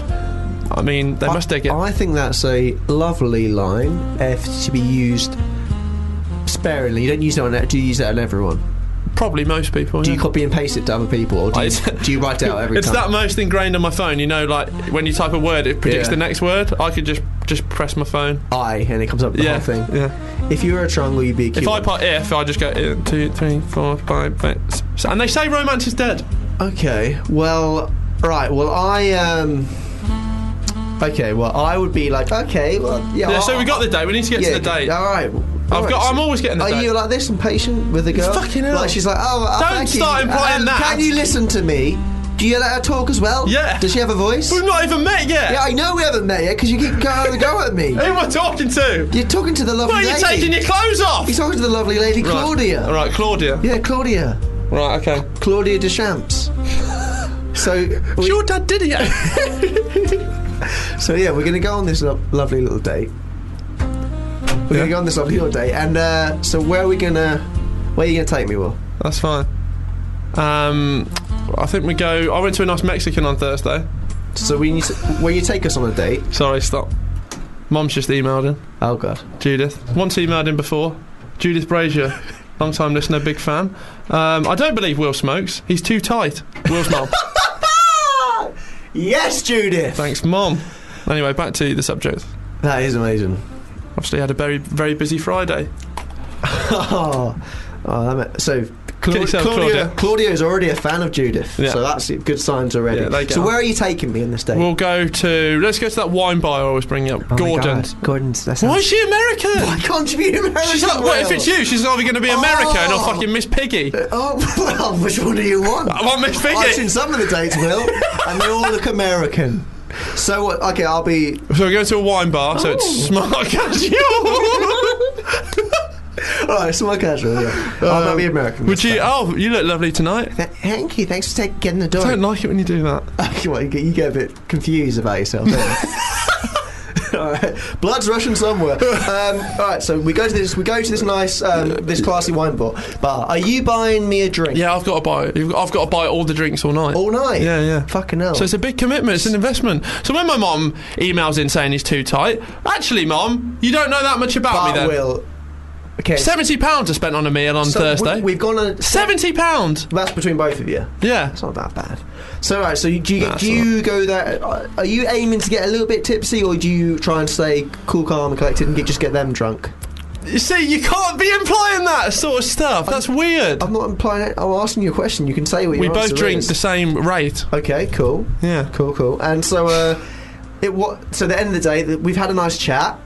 S2: I mean, they must dig it.
S1: I think that's a lovely line if to be used sparingly. You don't use that on do you use that on everyone?
S2: Probably most people.
S1: Do you
S2: yeah.
S1: copy and paste it to other people, or do
S2: I-
S1: you, do you write it out every
S2: it's
S1: time?
S2: that most ingrained on my phone. You know, like when you type a word, it predicts
S1: Yeah.
S2: the next word. I could just just press my phone.
S1: I and it comes up with the
S2: yeah.
S1: whole thing.
S2: Yeah.
S1: If you were a triangle, you'd be a cute
S2: If I
S1: one.
S2: part if, I just go eh, two, three, four, five, six. And they say romance is dead.
S1: okay, well, right. Well, I um. Okay, well, I would be like, okay, well, yeah.
S2: Yeah.
S1: I-
S2: So we got the date. We need to get
S1: yeah,
S2: to the date.
S1: All right.
S2: I've got. I'm always getting the
S1: Are
S2: date.
S1: you like this impatient with the girl?
S2: fucking hell.
S1: Like she's like, oh, uh,
S2: Don't
S1: thank you.
S2: start implying
S1: Um,
S2: that.
S1: Can you listen to me? Do you let her talk as well?
S2: Yeah.
S1: Does she have a voice?
S2: We've not even met yet.
S1: yeah, I know we haven't met yet because you keep going go at me.
S2: Who am I talking to?
S1: You're talking to the lovely
S2: Why are you
S1: lady.
S2: taking your clothes off?
S1: You're talking to the lovely lady, Claudia.
S2: All right, Claudia.
S1: Yeah, Claudia.
S2: Right, okay.
S1: Claudia Deschamps. so, we-
S2: Your dad did it.
S1: so yeah, we're going to go on this lo- lovely little date. We're going to
S2: Yeah.
S1: go on this lovely little date, and uh, so where are we going to? Where are you going to take me, Will?
S2: That's fine. Um, I think we go. I went to a nice Mexican on Thursday.
S1: So we need to, when you take us on a date.
S2: Sorry, stop. Mum's just emailed in.
S1: Oh God.
S2: Judith. Once emailed in before. Judith Brazier. Long time listener, big fan. Um, I don't believe Will smokes. He's too tight. Will's mum.
S1: Yes, Judith.
S2: Thanks, mum. Anyway, back to the subject.
S1: That is amazing.
S2: Obviously, had a very, very busy Friday.
S1: oh, that meant, so. Cla-
S2: yourself,
S1: Claudia,
S2: Claudia.
S1: Claudia is already a fan of Judith,
S2: Yeah.
S1: so that's good signs already.
S2: Yeah, they get
S1: so
S2: on.
S1: where are you taking me on this date?
S2: We'll go to. Let's go to that wine bar I always bring up.
S1: Oh my
S2: Gordon's.
S1: God, Gordon's. That
S2: Why
S1: sounds-
S2: is she American?
S1: I can't you be American?
S2: She's like, what if it's you? She's either going to be American or fucking Miss Piggy.
S1: Oh, well, which one do you want?
S2: I want Miss Piggy.
S1: I've seen some of the dates, Will, and they all look American. So what? Okay, I'll be.
S2: So we're going to a wine bar, so it's smart casual.
S1: All right, smart casual. Yeah, I'll not be American.
S2: Um, Would you? Oh, you look lovely tonight.
S1: Th- Thank you. Thanks for taking, getting the door.
S2: I don't like it when you do that.
S1: Okay, well, you get, you get a bit confused about yourself. Don't you? all right, blood's rushing somewhere. Um, all right, so we go to this. We go to this nice, um, this classy wine bar. Bar. Are you buying me a drink?
S2: Yeah, I've got to buy. you've- I've got to buy all the drinks all night.
S1: All night.
S2: Yeah, yeah.
S1: Fucking hell.
S2: So it's a big commitment. It's an investment. So when my mom emails in saying he's too tight, actually, mom, you don't know that much about
S1: Bar
S2: me then.
S1: will. Okay.
S2: Seventy pounds I spent on a meal on
S1: so
S2: Thursday.
S1: We, have gone on. a-
S2: Seventy pounds.
S1: That's between both of you.
S2: Yeah.
S1: It's not that bad. So, right, so you- do you, do
S2: Nah, it's
S1: you go there? are- Are you aiming to get a little bit tipsy, or do you try and stay cool, calm, and collected and get, just get them drunk?
S2: You see, you can't be implying that sort of stuff. That's weird.
S1: I'm not implying it. I'm asking you a question. You can say what
S2: we
S1: your
S2: both
S1: answer
S2: drink
S1: is.
S2: the same rate.
S1: Okay, cool.
S2: Yeah.
S1: Cool, cool. And so, uh, it what? So, at the end of the day, th- we've had a nice chat.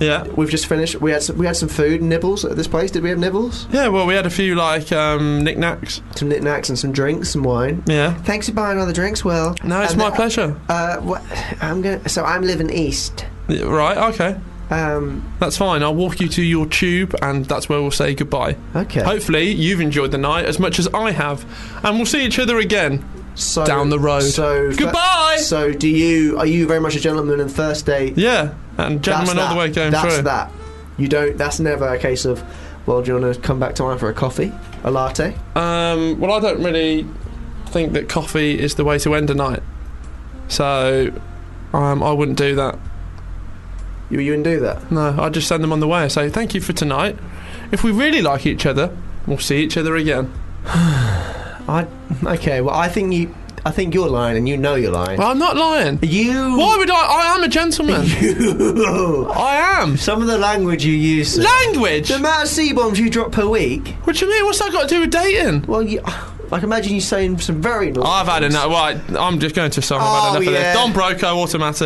S2: Yeah.
S1: We've just finished. We had some, we had some food and nibbles at this place. Did we have nibbles?
S2: Yeah, well, we had a few like um, knickknacks.
S1: Some knickknacks and some drinks, some wine.
S2: Yeah.
S1: Thanks for buying all the drinks. Well,
S2: No, it's
S1: and
S2: my
S1: th-
S2: pleasure.
S1: Uh, what, I'm gonna. So I'm living east.
S2: Yeah, Right, okay.
S1: Um,
S2: That's fine. I'll walk you to your tube, and that's where we'll say goodbye.
S1: okay.
S2: Hopefully, you've enjoyed the night as much as I have, and we'll see each other again.
S1: so,
S2: down the road.
S1: So
S2: Goodbye!
S1: So do you? Are you very much a gentleman and first date?
S2: Yeah, and
S1: That's
S2: gentlemen, all the
S1: that.
S2: way going
S1: That's
S2: through.
S1: that. You don't. That's never a case of. Well, do you want to come back tomorrow for a coffee, a latte?
S2: Um, well, I don't really think that coffee is the way to end a night, so um, I wouldn't do that.
S1: You you wouldn't do that.
S2: No, I'd just send them on the way. I say thank you for tonight. If we really like each other, we'll see each other again.
S1: I. Okay. Well, I think you. I think you're lying, and you know you're lying.
S2: Well, I'm not lying.
S1: You.
S2: Why would I? I am a gentleman.
S1: You.
S2: I am.
S1: Some of the language you use. sir.
S2: Language?
S1: the amount of c bombs you drop per week.
S2: What do you mean? What's that got to do with dating?
S1: Well, you, I can imagine you saying some very. naughty
S2: I've had
S1: things.
S2: enough. Right, I'm just going to summer. I've
S1: Oh,
S2: had enough
S1: yeah.
S2: of this. Don Broco, automatic.